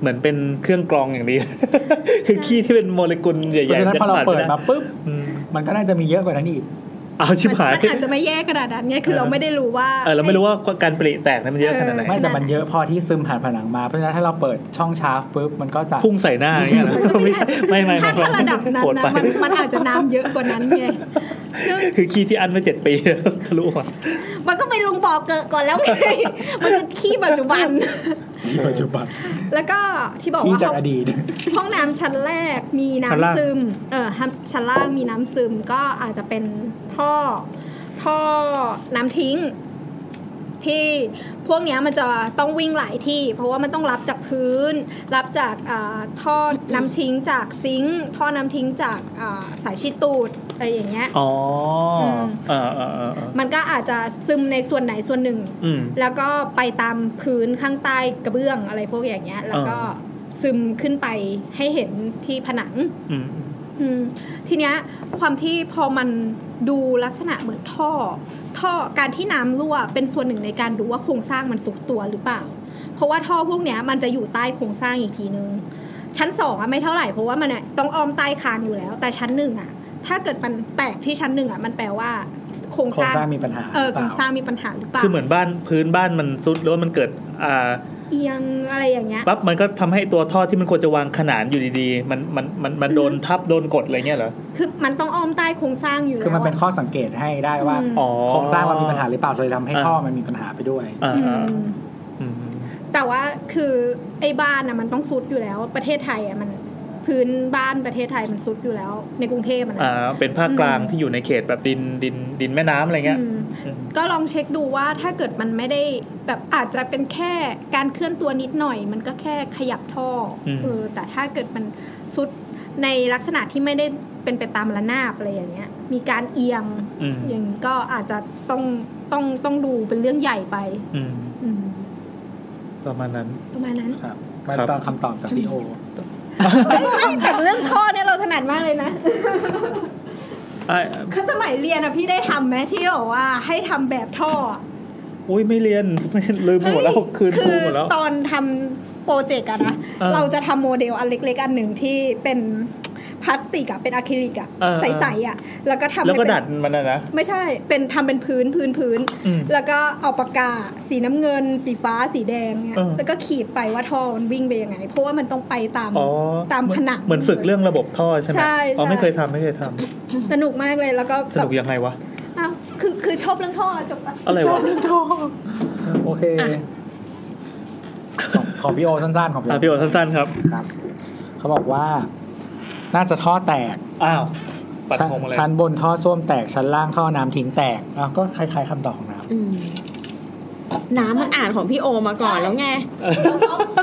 [SPEAKER 2] เหมือนเป็นเครื่องกรองอย่างดี คือขี้ที่เป็นโมเลกุลใหญ่
[SPEAKER 1] เพราะฉะนั้
[SPEAKER 2] ๆ
[SPEAKER 1] นพอเราเปิดมา
[SPEAKER 2] จะผ่นไได้
[SPEAKER 1] ปุ๊บ
[SPEAKER 2] อืม
[SPEAKER 1] มันก็น่าจะมีเยอะกว่านั้นอีก
[SPEAKER 2] เอาชิบหาย
[SPEAKER 3] มันอาจจะไม่แย่ขนาดนั้นไงคือเราไม่ได้รู้ว่า
[SPEAKER 2] เออเราไม่รู้ว่าการปริแตกนั้นมันเยอะขนาดไหน
[SPEAKER 1] ไม่แต่มัน
[SPEAKER 3] ขนาดไหน
[SPEAKER 1] เยอะพอที่ซึมผ่านผนังมา เพราะฉะนั้นถ้าเราเปิดช่องชาร์ฟปุ๊บมันก็จะ
[SPEAKER 2] พุ่งใส่หน้าอย่างเงี้ยนะไม่ใช่ไม่ไม่
[SPEAKER 3] ถ้า
[SPEAKER 2] ไม่
[SPEAKER 3] ถ้าระดับนั้น
[SPEAKER 2] โกรธ
[SPEAKER 3] นะ
[SPEAKER 2] ไป
[SPEAKER 3] มันมันอาจจะน้ำเยอะกว่านั้นไง ซึ่ง
[SPEAKER 2] คือขี้ที่อันมาเจ็ดปี ทะลุออกมา
[SPEAKER 3] มันก็ไปลงบ่อเกิดก่อนแล้วไง มันคือขี้ปัจจุ บัน
[SPEAKER 1] ปัจจุบัน
[SPEAKER 3] แล้วก็ที่บอก
[SPEAKER 1] ที่
[SPEAKER 3] ว่า
[SPEAKER 1] จาก
[SPEAKER 3] ห้อง
[SPEAKER 1] อดีต
[SPEAKER 3] ห้องน้ำชั้นแรกมีน้ำซึม เออชั้นล่างมีน้ำซึมก็อาจจะเป็นท่อ ท่อน้ำทิ้ง ที่พวกเนี้ยมันจะต้องวิ่งหลายที่ เพราะว่ามันต้องรับจากพื้น รับจากอ่าท่อน้ำทิ้งจากซิงค์ท่อน้ำทิ้งจากอ่าสายชีตูดอะไรอย่างเงี้ย
[SPEAKER 2] อ๋ออ
[SPEAKER 3] ม
[SPEAKER 2] เออเออเออเออ
[SPEAKER 3] มันก็อาจจะซึมในส่วนไหนส่วนหนึ่ง
[SPEAKER 2] อืม
[SPEAKER 3] แล้วก็ไปตามพื้นข้างใต้กระเบื้องอะไรพวกอย่างเงี้ย แล้วก็
[SPEAKER 2] อ่า
[SPEAKER 3] ซึมขึ้นไปให้เห็นที่ผนัง
[SPEAKER 2] อืม
[SPEAKER 3] อืมทีเนี้ยความที่พอมันดูลักษณะเหมือนท่อ ท่อการที่น้ำรั่วเป็นส่วนหนึ่งในการดูว่าโครงสร้างมันสุกตัวหรือเปล่า เพราะว่าท่อพวกเนี้ยมันจะอยู่ใต้โครงสร้างอีกทีนึง ชั้นสองอะไม่เท่าไหร่เพราะว่ามันอะต้องออมใต้คานอยู่แล้ว แต่ชั้นหนึ่งอะถ้าเกิดมันแตกที่ชั้นหนึ่งอะมันแปลว่าโครง
[SPEAKER 1] โคร
[SPEAKER 3] ส
[SPEAKER 1] ง
[SPEAKER 3] ร้าง
[SPEAKER 1] สร้างมีปัญหา
[SPEAKER 3] เออ
[SPEAKER 1] หรือ
[SPEAKER 3] โค
[SPEAKER 1] เปล่าง
[SPEAKER 3] รสร้างมีปัญหาหรือเปล่า
[SPEAKER 2] คือเหมือนบ้านพื้นบ้านมันซุดหรือว่ามันเกิดอ่า
[SPEAKER 3] เอียงอะไรอย่างเงี้ย
[SPEAKER 2] ปั๊บมันก็ทำให้ตัวท่อที่มันควรจะวางขนานอยู่ดีๆ มันมันมันมันโดนทับโดนกดอะไรเงี้ยเหรอ
[SPEAKER 3] คือมันต้องอ้อมใต้โครงสร้างอยู่แล้ว
[SPEAKER 1] คือมันเป็น
[SPEAKER 3] อะ
[SPEAKER 1] ข้อสังเกตให้ได้ว่า
[SPEAKER 3] อืม
[SPEAKER 2] อ๋อ
[SPEAKER 1] โครงสร้างเรามีปัญหาหรือเปล่าเลยทำให้ท่อมันมีปัญหาไปด้วย
[SPEAKER 2] อ่า
[SPEAKER 3] อื
[SPEAKER 2] อ่าม อืม
[SPEAKER 3] แต่ว่าคือไอ้บ้านนะมันต้องซุดอยู่แล้ว ประเทศไทยอ่ะมันพื้นบ้านประเทศไทยมันซุดอยู่แล้ว ในกรุงเทพมัน
[SPEAKER 2] อ่าเป็นภาคกลางที่อยู่ในเขตแบบดินดินดินแม่น้ำอะไรเงี้ยอืม
[SPEAKER 3] ก็ลองเช็คดูว่าถ้าเกิดมันไม่ได้แบบอาจจะเป็นแค่การเคลื่อนตัวนิดหน่อย มันก็แค่ขยับท่ออเออแต่ถ้าเกิดมันซุดในลักษณะที่ไม่ได้เป็นไปตามระนาบอะไรอย่างเงี้ย มีการเอียง
[SPEAKER 2] อืม
[SPEAKER 3] อย่างนี้ก็อาจจะต้องต้องต้องดูเป็นเรื่องใหญ่ไป
[SPEAKER 2] อืม
[SPEAKER 3] อืม
[SPEAKER 2] ประมาณนั้น
[SPEAKER 3] ประมาณนั้น
[SPEAKER 1] ครับมัน
[SPEAKER 2] ครับ
[SPEAKER 1] ต้องคำตอบจากพี่โอ
[SPEAKER 3] ไม่ไม่แต่เรื่องท่อเนี่ยเราถนัดมากเลยนะ
[SPEAKER 2] อ่า
[SPEAKER 3] คือสมัยเรียนอะพี่ได้ทำไหมที่บอกว่าให้ทำแบบท่ออะ
[SPEAKER 2] อุ้ยไม่เรียน ไม่ลืมหมดแล้ว
[SPEAKER 3] เฮ้ย
[SPEAKER 2] คืนลื
[SPEAKER 3] คือ
[SPEAKER 2] มหมดแล้ว
[SPEAKER 3] ตอนทำโปรเจกต์อะนะ
[SPEAKER 2] เออ
[SPEAKER 3] เราจะทำโมเดลอันเล็กๆ อันหนึ่งที่เป็นพลาสติกอะเป็นอะคริลิกอะ
[SPEAKER 2] เออเออ
[SPEAKER 3] ใสๆอะแล้วก็ทำ
[SPEAKER 2] แล้วก็
[SPEAKER 3] ให้เป็น
[SPEAKER 2] ดัดมันนะนะ
[SPEAKER 3] ไม่ใช่เป็นทำเป็นพื้นพื้นพื้น
[SPEAKER 2] อืม
[SPEAKER 3] แล้วก็เอาปากกา สีน้ำเงิน สีฟ้าสีแดงเนี่ย
[SPEAKER 2] เออ
[SPEAKER 3] แล้วก็ขีดไปว่าท่อมันวิ่งไปยังไง เพราะว่ามันต้องไปตาม
[SPEAKER 2] อ๋อ
[SPEAKER 3] ตามผนัง
[SPEAKER 2] เหมือนฝึกเรื่องระบบท่อใช่ไหม
[SPEAKER 3] ใช่
[SPEAKER 2] อ๋อ
[SPEAKER 3] ใช่
[SPEAKER 2] ไม่เคยทำไม่เคยทำ
[SPEAKER 3] สนุกมากเลยแล้วก็
[SPEAKER 2] สนุกยังไงวะ
[SPEAKER 3] อ้าวคือคือชอบเรื่องท่อจบปะ
[SPEAKER 2] อะไรวะ
[SPEAKER 3] ชอบเรื่องท่อ
[SPEAKER 1] โอเค ของของพี่โอสั้นๆ ของพี่
[SPEAKER 2] อ่ะ
[SPEAKER 1] โอ
[SPEAKER 2] พี่โอสั้นๆครับ
[SPEAKER 1] ครับ เขาบอกว่า น่าจะท่อแตก
[SPEAKER 2] อ้าวปัด
[SPEAKER 1] ชั้น
[SPEAKER 2] ธงอะไร
[SPEAKER 1] ชั้นบนท่อส้วมแตก ชั้นล่างท่อน้ำทิ้งแตกอ้าวก็คล้ายๆคำตอบของน้ำ
[SPEAKER 4] อืมน้ำมันอ่านของพี่โอมาก่อนแล้วไง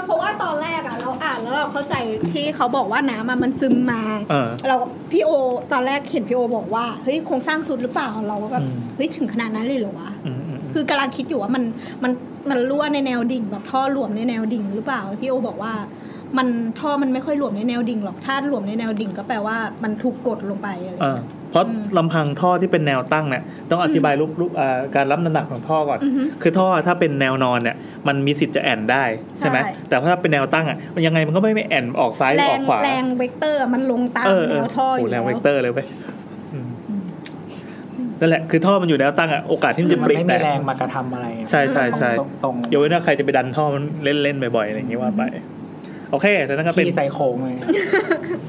[SPEAKER 3] เพราะว่าตอนแรกอะเราอ่านแล้วเราเข้าใจที่เขาบอกว่าน้ำอะมันซึมมา
[SPEAKER 2] เออ
[SPEAKER 3] เราพี่โอ ตอนแรกเห็นพี่โอบอกว่าเฮ้ยโครงสร้างสุดหรือเปล่าเราก็แบบ
[SPEAKER 2] อืม
[SPEAKER 3] เฮ้ยถึงขนาดนั้นเลยเหรอวะ
[SPEAKER 2] อืมอืมอืม
[SPEAKER 3] คือกำลังคิดอยู่ว่ามันมันมันรั่วในแนวดิ่งแบบท่อหลวมในแนวดิ่งหรือเปล่าพี่โอบอกว่า มันท่อมันไม่ค่อยหลวมในแนวดิ่งหรอกถ้าหลวมในแนวดิ่งก็แปลว่ามันถูกกดลงไปอะไร
[SPEAKER 2] เออเพราะ
[SPEAKER 3] อืม
[SPEAKER 2] ลำพังท่อที่เป็นแนวตั้งเนี่ยต้องอธิบายรูปรูปอ่าการรับน้ำหนักของท่อก่อน
[SPEAKER 3] อือฮึ
[SPEAKER 2] คือท่อถ้าเป็นแนวนอนเนี่ยมันมีสิทธิ์จะแอนได้ใช่ไหม
[SPEAKER 3] ใช่
[SPEAKER 2] แต่ถ้าเป็นแนวตั้งอ่ะมันยังไงมันก็ไม่ไม่แอนออกซ้ายห
[SPEAKER 3] แร
[SPEAKER 2] รืออองกขวา
[SPEAKER 3] แรงเวกเตอร์มันลงตาม
[SPEAKER 2] เออเอ
[SPEAKER 3] แน
[SPEAKER 2] อ
[SPEAKER 3] วท่ออ
[SPEAKER 2] โอ้
[SPEAKER 3] ยู่
[SPEAKER 2] แร
[SPEAKER 3] แล้
[SPEAKER 2] ง
[SPEAKER 3] ว
[SPEAKER 2] เวกเตอร์เลยไปอืม
[SPEAKER 3] อืม
[SPEAKER 2] นั่นแหละคือท่อมันอยู่แนวตั้งอ่ะโอกาสที่มันจะ
[SPEAKER 1] มัน
[SPEAKER 2] ปริ
[SPEAKER 1] ไม่
[SPEAKER 2] แต
[SPEAKER 1] มี
[SPEAKER 2] ก
[SPEAKER 1] แรงมากระทำอะไรอะ
[SPEAKER 2] ใช่ใช่ใช่
[SPEAKER 1] ตรงตรง
[SPEAKER 2] ยกเว้นว่าใครจะไปดันท่อมันเล่นๆบ่อยๆอะไรอย่างงี้ว่าไป โอเคแต่นั่นก็เป็น
[SPEAKER 1] ที่ใส่โค้งเลย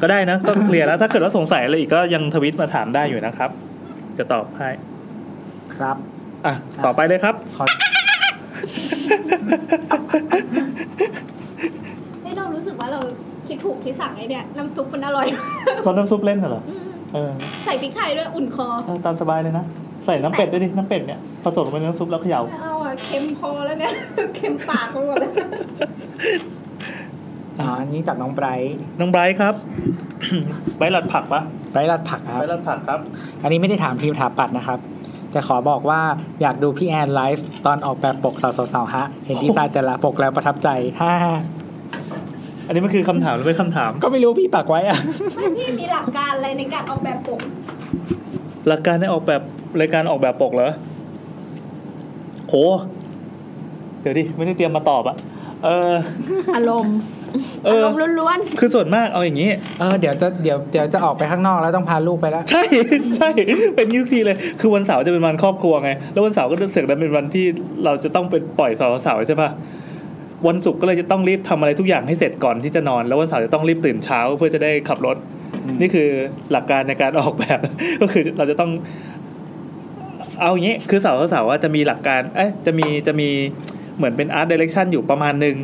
[SPEAKER 2] ก็ได้นะก็เคลียร์แล้วถ้าเกิดว่าสงสัยอะไรอีกก็ยังทวิตมาถามได้อยู่นะครับ จะตอบให้
[SPEAKER 1] ครับ
[SPEAKER 2] อ่ะต่อไปเลยครับ
[SPEAKER 1] ขอ
[SPEAKER 3] ไม่เรารู้สึกว่าเราคิดถูกที่สั่งไอ้เนี่ยน้ำซุปมันอร่อย
[SPEAKER 2] ซอสน้ำซุปเล่นเหรอ
[SPEAKER 3] อืม
[SPEAKER 2] เออ
[SPEAKER 3] ใส่พริกไทยด้วยอุ่นคอ
[SPEAKER 2] เอาตามสบายเลยนะ ใส่น้ำเป็ดด้วยดิน้ำเป็ดเนี่ยผสมกับน้ำซุปแล้วเขย่า
[SPEAKER 3] เอาอะเค็มพอแล้วเนี่ย เค็มปากไปหมดแล้ว
[SPEAKER 1] อ๋ออันนี้จากน้องไบรท์
[SPEAKER 2] น้องไบรท์ครับ ไบรท์หลัดผักปะ
[SPEAKER 1] ไบรท์รัดผักครับ
[SPEAKER 2] ไบรท์หลัดผักครับ
[SPEAKER 1] อันนี้ไม่ได้ถามทีมถาปัดนะครับ แต่ขอบอกว่าอยากดูพี่แอนไลฟ์ตอนออกแบบปกสาวๆฮะ เห็นดีไซน์แต่ละปกแล้วประทับใจฮ่า
[SPEAKER 2] อันนี้มันคือคำถามหรือไม่คำถาม
[SPEAKER 1] ก็ไม่รู้พี่ปักไว้อะ
[SPEAKER 3] ไม่พี่มีหลักการอะไรในการออกแบบปก
[SPEAKER 2] หลักการในออกแบบรายการออกแบบปกเหรอโหเดี๋ยวดิไม่ได้เตรียมมาตอบอะเออ
[SPEAKER 4] อารมณ์
[SPEAKER 2] เอ
[SPEAKER 4] อา
[SPEAKER 2] อ
[SPEAKER 4] ร
[SPEAKER 2] อ
[SPEAKER 4] มณ์ล้วน
[SPEAKER 2] คือส่วนมากเอาอย่างนี้
[SPEAKER 1] เออเดี๋ยวจะเดี๋ยวเดี๋ยวจะออกไปข้างนอกแล้วต้องพาลูกไปแล้ว
[SPEAKER 2] ใช่ ใช่ เป็นยุคทีเลย คือวันเสาร์จะเป็นวันครอบครัวไง แล้ววันเสาร์ก็เสือกนั้นเป็นวันที่เราจะต้องเป็นปล่อยสาวสาวใช่ปะวันศุกร์ก็เลยจะต้องรีบทำอะไรทุกอย่างให้เสร็จก่อนที่จะนอน แล้ววันเสาร์จะต้องรีบตื่นเช้าเพื่อจะได้ขับรถ นี่คือหลักการในการออกแบบ ก็คือเราจะต้อง เอาอย่างนี้ คือเสาร์เสาร์ว่าจะมีหลักการ เอ๊ะจะมีจะมีเหมือนเป็นอาร์ตเดเรคชันอยู่ประมาณหนึ่ง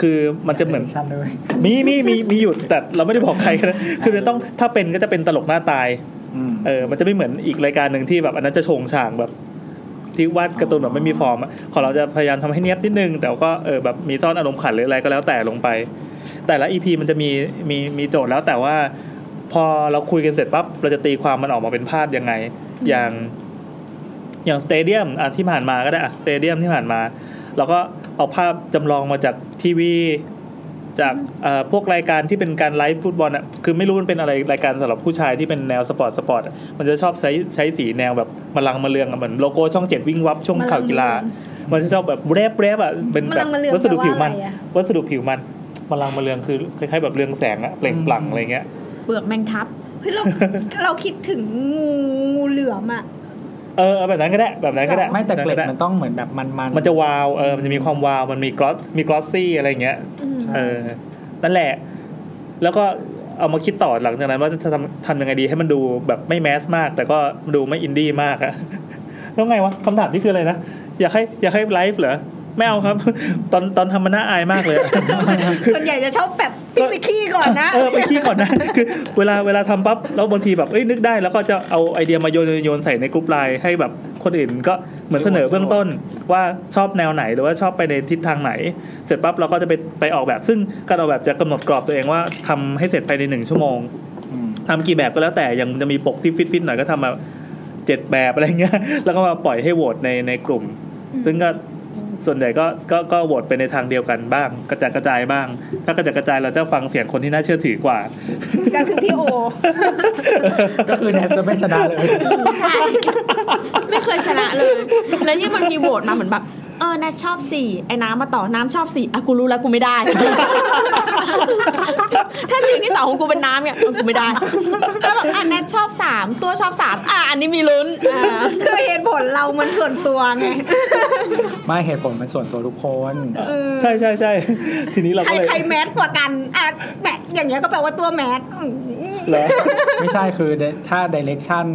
[SPEAKER 2] คือมันจะเหมือน
[SPEAKER 1] ชั้นเลย
[SPEAKER 2] มีมีมีมีหยุดแต่เราไม่ได้บอกใครนะคือจะต้องถ้าเป็นก็จะเป็นตลกหน้าตาย
[SPEAKER 1] อืม
[SPEAKER 2] เออ มันจะไม่เหมือนอีกรายการหนึ่งที่แบบอันนั้นจะโฉงฉางแบบ ที่วาดการ์ตูนแบบไม่มีฟอร์มอะของเราจะพยายามทำให้เนี้ยบนิดนึง แต่ก็เออแบบมีซ่อนอารมณ์ขันหรืออะไรก็แล้วแต่ลงไป แต่ละ EP มันจะมีมีมีโจทย์แล้วแต่ว่า พอเราคุยกันเสร็จปั๊บเราจะตีความมันออกมาเป็นภาพยังไง อย่างอย่างสเตเดียมอ่ะที่ผ่านมาก็ได้อ่ะสเตเดียมที่ผ่านมา เราก็เอาภาพจำลองมาจากทีวี จากเอ่อพวกรายการที่เป็นการไลฟ์ฟุตบอลอ่ะคือไม่รู้มันเป็นอะไรรายการสำหรับผู้ชายที่เป็นแนวสปอร์ตสปอร์ตอะมันจะชอบใช้ใช้สีแนวแบบมาลังมาเรืองอะเหมือนโลโก้ช่องเจ็ดวิ่งวับช่วงข่าวกีฬา มันจะชอบแบบแรบแรบอ่ะเป็นแบบ
[SPEAKER 3] มะลังมะเรือง
[SPEAKER 2] วัสดุผิวมัน
[SPEAKER 3] แปลว่าอะไรอะ
[SPEAKER 2] วัสดุผิวมันมาลังมาเรืองคือคล้ายๆแบบเรืองแสงอะเปล่งปลั่งอะไรเงี้ย
[SPEAKER 4] เปลือกแมงทับ
[SPEAKER 3] เฮ้ยเราเราคิดถึงงูงูเหลือมอ่ะ
[SPEAKER 2] เออเอาแบบนั้นก็ได้แบบนั้นก็ได้
[SPEAKER 1] ไม่แต่เกล็ด
[SPEAKER 2] แบบ
[SPEAKER 1] มัน
[SPEAKER 2] นั้นก็
[SPEAKER 1] ต้องเหมือนแบบมัน
[SPEAKER 2] ได้
[SPEAKER 1] ๆ
[SPEAKER 2] มันจะวาวเออมันจะมีความวาวมันมีกลอสมีกลอสซี่อะไรเงี้ย
[SPEAKER 3] อืม
[SPEAKER 1] ใช่
[SPEAKER 2] เออ นั่นแหละ แล้วก็เอามาคิดต่อหลังจากนั้นว่าจะทำทำยังไงดีให้มันดูแบบไม่แมสมาก แต่ก็ดูไม่อินดี้มากอะ แล้วไงวะคำถามนี่คืออะไรนะ อยากให้อยากให้ไลฟ์เหรอ ไม่เอาครับ ตอนตอนทำมันน่าอายมากเลยอะ
[SPEAKER 3] ส่วนใหญ่จะชอบแบบพี่ไปขี้ก่อนนะ
[SPEAKER 2] เออไปขี้ก่อนนะ คือเวลาเวลาทำปั๊บแล้วบางทีแบบเอ้ยนึกได้แล้วก็จะเอาไอเดียมาโยนโยนโยนใส่ในกลุ่มไลน์ให้แบบคนอื่นก็เหมือนเสนอเบื้องต้น ว่าชอบแนวไหนหรือว่าชอบไปในทิศทางไหน เสร็จปั๊บเราก็จะไปไปออกแบบ ซึ่งการออกแบบจะกำหนดกรอบตัวเองว่าทำให้เสร็จภายในหนึ่งชั่วโมง
[SPEAKER 1] อืม
[SPEAKER 2] ทำกี่แบบก็แล้วแต่ยังจะมีปกที่ฟิตฟิตๆหน่อยก็ทำมาเจ็ดแบบอะไรเงี้ย แล้วก็มาปล่อยให้โหวตในในกลุ่ม ซึ่งก็ส่วนใหญ่ก็ก็ก็โหวตไปในทางเดียวกันบ้าง กระจายกระจายบ้าง ถ้ากระจายกระจายเราจะฟังเสียงคนที่น่าเชื่อถือกว่า
[SPEAKER 3] ก็คือพี่โอ
[SPEAKER 1] ก็คือแนทจะไม่ชนะเลย
[SPEAKER 4] ใช่ ไม่เคยชนะเลย แล้วยิ่งมันมีโหวตมาเหมือนแบบ เออนาชอบสี่ไอ้น้ำมาต่อน้ำชอบสี่อะกูรู้แล้วกูไม่ได้ ถ้าสิ่งที่สองของกูเป็นน้ำเนี่ยเออกูไม่ได้แล้วแบบอ่ะแนทชอบสามตัวชอบสามอ่ะอันนี้มีลุ้นอ่า
[SPEAKER 3] คือเหตุผลเรามันส่วนตัวไง
[SPEAKER 1] ไม่เหตุผลมันส่วนตัวทุกคน
[SPEAKER 3] เออ
[SPEAKER 2] ใช่ใช่ใช่ ทีนี้เรา
[SPEAKER 3] ใคร
[SPEAKER 2] ก็เลย
[SPEAKER 3] ใครแมสกว่ากันอ่ะแบะอย่างเงี้ยก็แปลว่าตัวแมสอืม
[SPEAKER 2] เหรอ
[SPEAKER 1] ไม่ใช่คือถ้าดิเรกชัน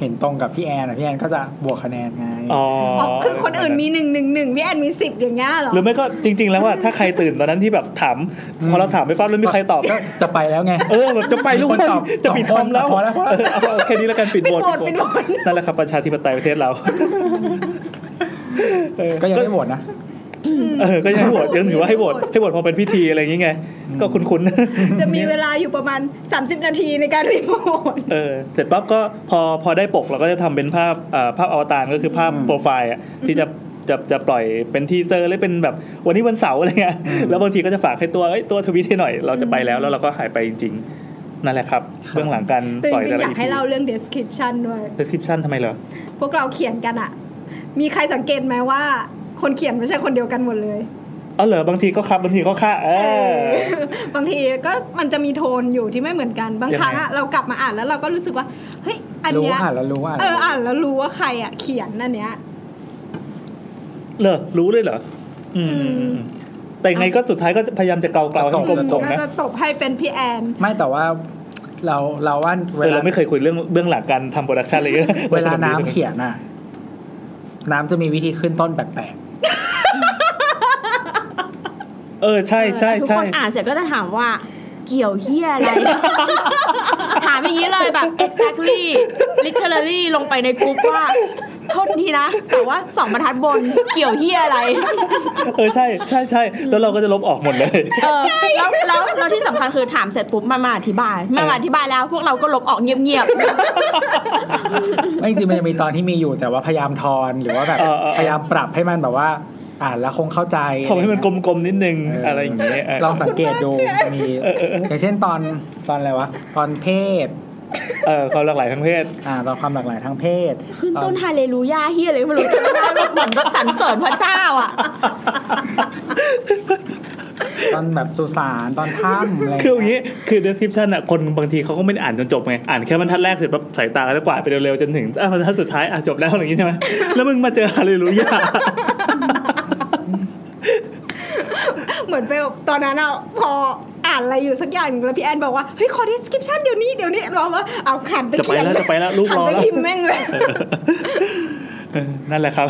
[SPEAKER 1] เห็นตรงกับพี่แอนอะพี่แอนก็จะบวกคะแนนไง
[SPEAKER 2] อ๋อ
[SPEAKER 3] อ๋อคือคนอื่นมีหนึ่งหนึ่งหนึ่งพี่แอนมีสิบอย่างเงี้ยเหรอ
[SPEAKER 2] หรือไม่ก็จริง ๆ แล้วว่าถ้าใครตื่นตอนนั้นที่แบบถาม
[SPEAKER 1] อืม
[SPEAKER 2] พอเราถามไปปั๊บแล้วมีใครตอบ
[SPEAKER 1] ก็จะไปแล้วไง
[SPEAKER 2] เออแบบจะไปลูก
[SPEAKER 1] มีคนตอบ
[SPEAKER 2] จะปิดคอมแล้ว
[SPEAKER 1] พอแล้วพอแล้ว
[SPEAKER 2] เอเอาแค่นี้แล้วกันปิด
[SPEAKER 3] ปิด
[SPEAKER 2] โหวต
[SPEAKER 3] โหวตปิดโหวต
[SPEAKER 2] นั่นแหละครับประชาธิปไตยประเทศเราเออ
[SPEAKER 1] ก็ยังไม่โหวตนะ
[SPEAKER 2] เออก็ยังให้โหวตยังถือว่าให้โหวตให้โหวตพอเป็นพิธีอะไรอย่างเงี้ย
[SPEAKER 1] อืม
[SPEAKER 2] ก็คุ้น
[SPEAKER 3] จะมีเวลาอยู่ประมาณ 30 นาทีในการรีโหวต
[SPEAKER 2] ๆเออเสร็จปั๊บก็พอพอได้ปกเราก็จะทำเป็นภาพอ่าภาพอวตารก็คือภาพ
[SPEAKER 1] อืม
[SPEAKER 2] โปรไฟล์อะที่จะจะจะปล่อยเป็นทีเซอร์หรือเป็นแบบวันนี้วันเสาร์อะไรเงี้ย แล้วบางทีก็จะฝากให้ตัวเอ้ยตัวทวิตให้หน่อย เราจะไปแล้วแล้วเราก็หายไปจริง ๆ นั่นแหละครับ เบื้องหลังการ
[SPEAKER 3] แต่
[SPEAKER 2] ปล่อ
[SPEAKER 3] จ
[SPEAKER 2] ย
[SPEAKER 3] ริ
[SPEAKER 2] แต่
[SPEAKER 3] งๆ
[SPEAKER 2] ละ
[SPEAKER 3] อยาก
[SPEAKER 2] EP
[SPEAKER 3] ให้เล่าเรื่อง description ด้วย
[SPEAKER 2] description ทำไมเหรอ
[SPEAKER 3] พวกเราเขียนกันอะมีใครสังเกตไหมว่า คนเขียนไม่ใช่คนเดียวกันหมดเลย
[SPEAKER 2] เอาเหรอบางทีก็ครับบางทีก็ค่าเออ
[SPEAKER 3] เอ อบางทีก็มันจะมีโทนอยู่ที่ไม่เหมือนกันบางครั้งอะเรากลับมาอ่านแล้วเราก็รู้สึกว่าเฮ้ยอัน
[SPEAKER 1] รู้
[SPEAKER 3] เนี้ย
[SPEAKER 1] อ่านแล้วรู้อ่าน
[SPEAKER 3] เอ
[SPEAKER 1] แล้ว
[SPEAKER 3] ออ่านแล้วรู้ว่าใครอะเขียนอันเนี้ย
[SPEAKER 2] เหรอรู้เลยเหรออืม
[SPEAKER 3] อืม
[SPEAKER 2] แต่ยังไงก็สุดท้ายก็พยายามจะเกลาเกลาๆให้กลมกลมๆ
[SPEAKER 3] น่า
[SPEAKER 2] นะ
[SPEAKER 3] จะตบให้เป็นพี่แอน
[SPEAKER 1] ไม่แต่ว่าเราเราว่าเว
[SPEAKER 2] เออ
[SPEAKER 1] ลา
[SPEAKER 2] เราไม่เคยคุยเรื่องเบื้องหลังการทำโปรดักชันเลยนะ
[SPEAKER 1] เวลาน้ำเขียนอ่ะ น้ำจะมีวิธีขึ้นต้นแปลก
[SPEAKER 2] เออใช่ใช่
[SPEAKER 4] ทุก
[SPEAKER 2] ใช่
[SPEAKER 4] คนอ่านเสร็จก็จะถามว่า เกี่ยวเฮียอะไร ถามอย่างนี้เลยแบบ exactly literally ลงไปในกรุ๊ปว่า โทษทีนะ แต่ว่าสองบรรทัดบนเกี่ยวเฮียอะไร
[SPEAKER 2] เออใช่ใช่ใช่แล้วเราก็จะลบออกหมดเลย
[SPEAKER 4] เออแล้วแล้วแล้วที่สำคัญคือถามเสร็จปุ๊บมันมาอธิบายมันมาอธิบายแล้ว พวกเราก็ลบออกเงียบ
[SPEAKER 1] ๆ ไม่จริงๆมันจะมีตอนที่มีอยู่แต่ว่าพยายามทอนหรือว่าแบบ
[SPEAKER 2] เออเออเออ
[SPEAKER 1] พยายามปรับให้มันแบบว่า อ่านแล้วคงเข้าใจ
[SPEAKER 2] ทำให้มันกลมๆนิดนึง
[SPEAKER 1] เ
[SPEAKER 2] อะไรอย่างเงี้ยเออ
[SPEAKER 1] ลองสังเกตดูมี
[SPEAKER 2] เออเออเออ
[SPEAKER 1] อย่างเช่นตอนตอนอะไรวะตอนเพศ
[SPEAKER 2] เออความหลากหลายทางเพ ศ
[SPEAKER 1] อ่าตอนความหลากหลายทางเพศ
[SPEAKER 4] ๆ ขึ้นต้นฮาเลลูยาเฮียอะไรไม่รู้ จำไม่ได้เหมือนแบบสรรเสริญพระเจ้าอ่ะ
[SPEAKER 1] ตอนแบบสุสานตอนถ้ำอะไร
[SPEAKER 2] คืออย่างนี้คือ description อะคนบางทีเขาก็ไม่ได้อ่านจนจบไง อ่านแค่บรรทัดแรกเสร็จปั๊บสายตาก็จะกวาดไปเร็วๆ จนถึงอ่ะบรรทัดสุดท้ายอ่ะจบแล้วอะไรอย่างนี้ใช่ไหม แล้วมึงมาเจอฮาเลลูยา
[SPEAKER 3] เหมือนไปแบบตอนนั้นอะพออ่านอะไรอยู่สักอย่างหนึ่งแล้วพี่แอนบอกว่าเฮ้ยขอ description เดี๋ยวนี้เดี๋ยวนี้เราว่าเอาขันไป
[SPEAKER 2] จะไป
[SPEAKER 3] เขียน
[SPEAKER 2] แล้วจะไปแล้วลูก
[SPEAKER 3] ขั
[SPEAKER 2] ร
[SPEAKER 3] น
[SPEAKER 2] อ
[SPEAKER 3] ไป
[SPEAKER 2] แล้ว
[SPEAKER 3] พิมพ์แม่ง เลย
[SPEAKER 2] เออนั่นแหละครับ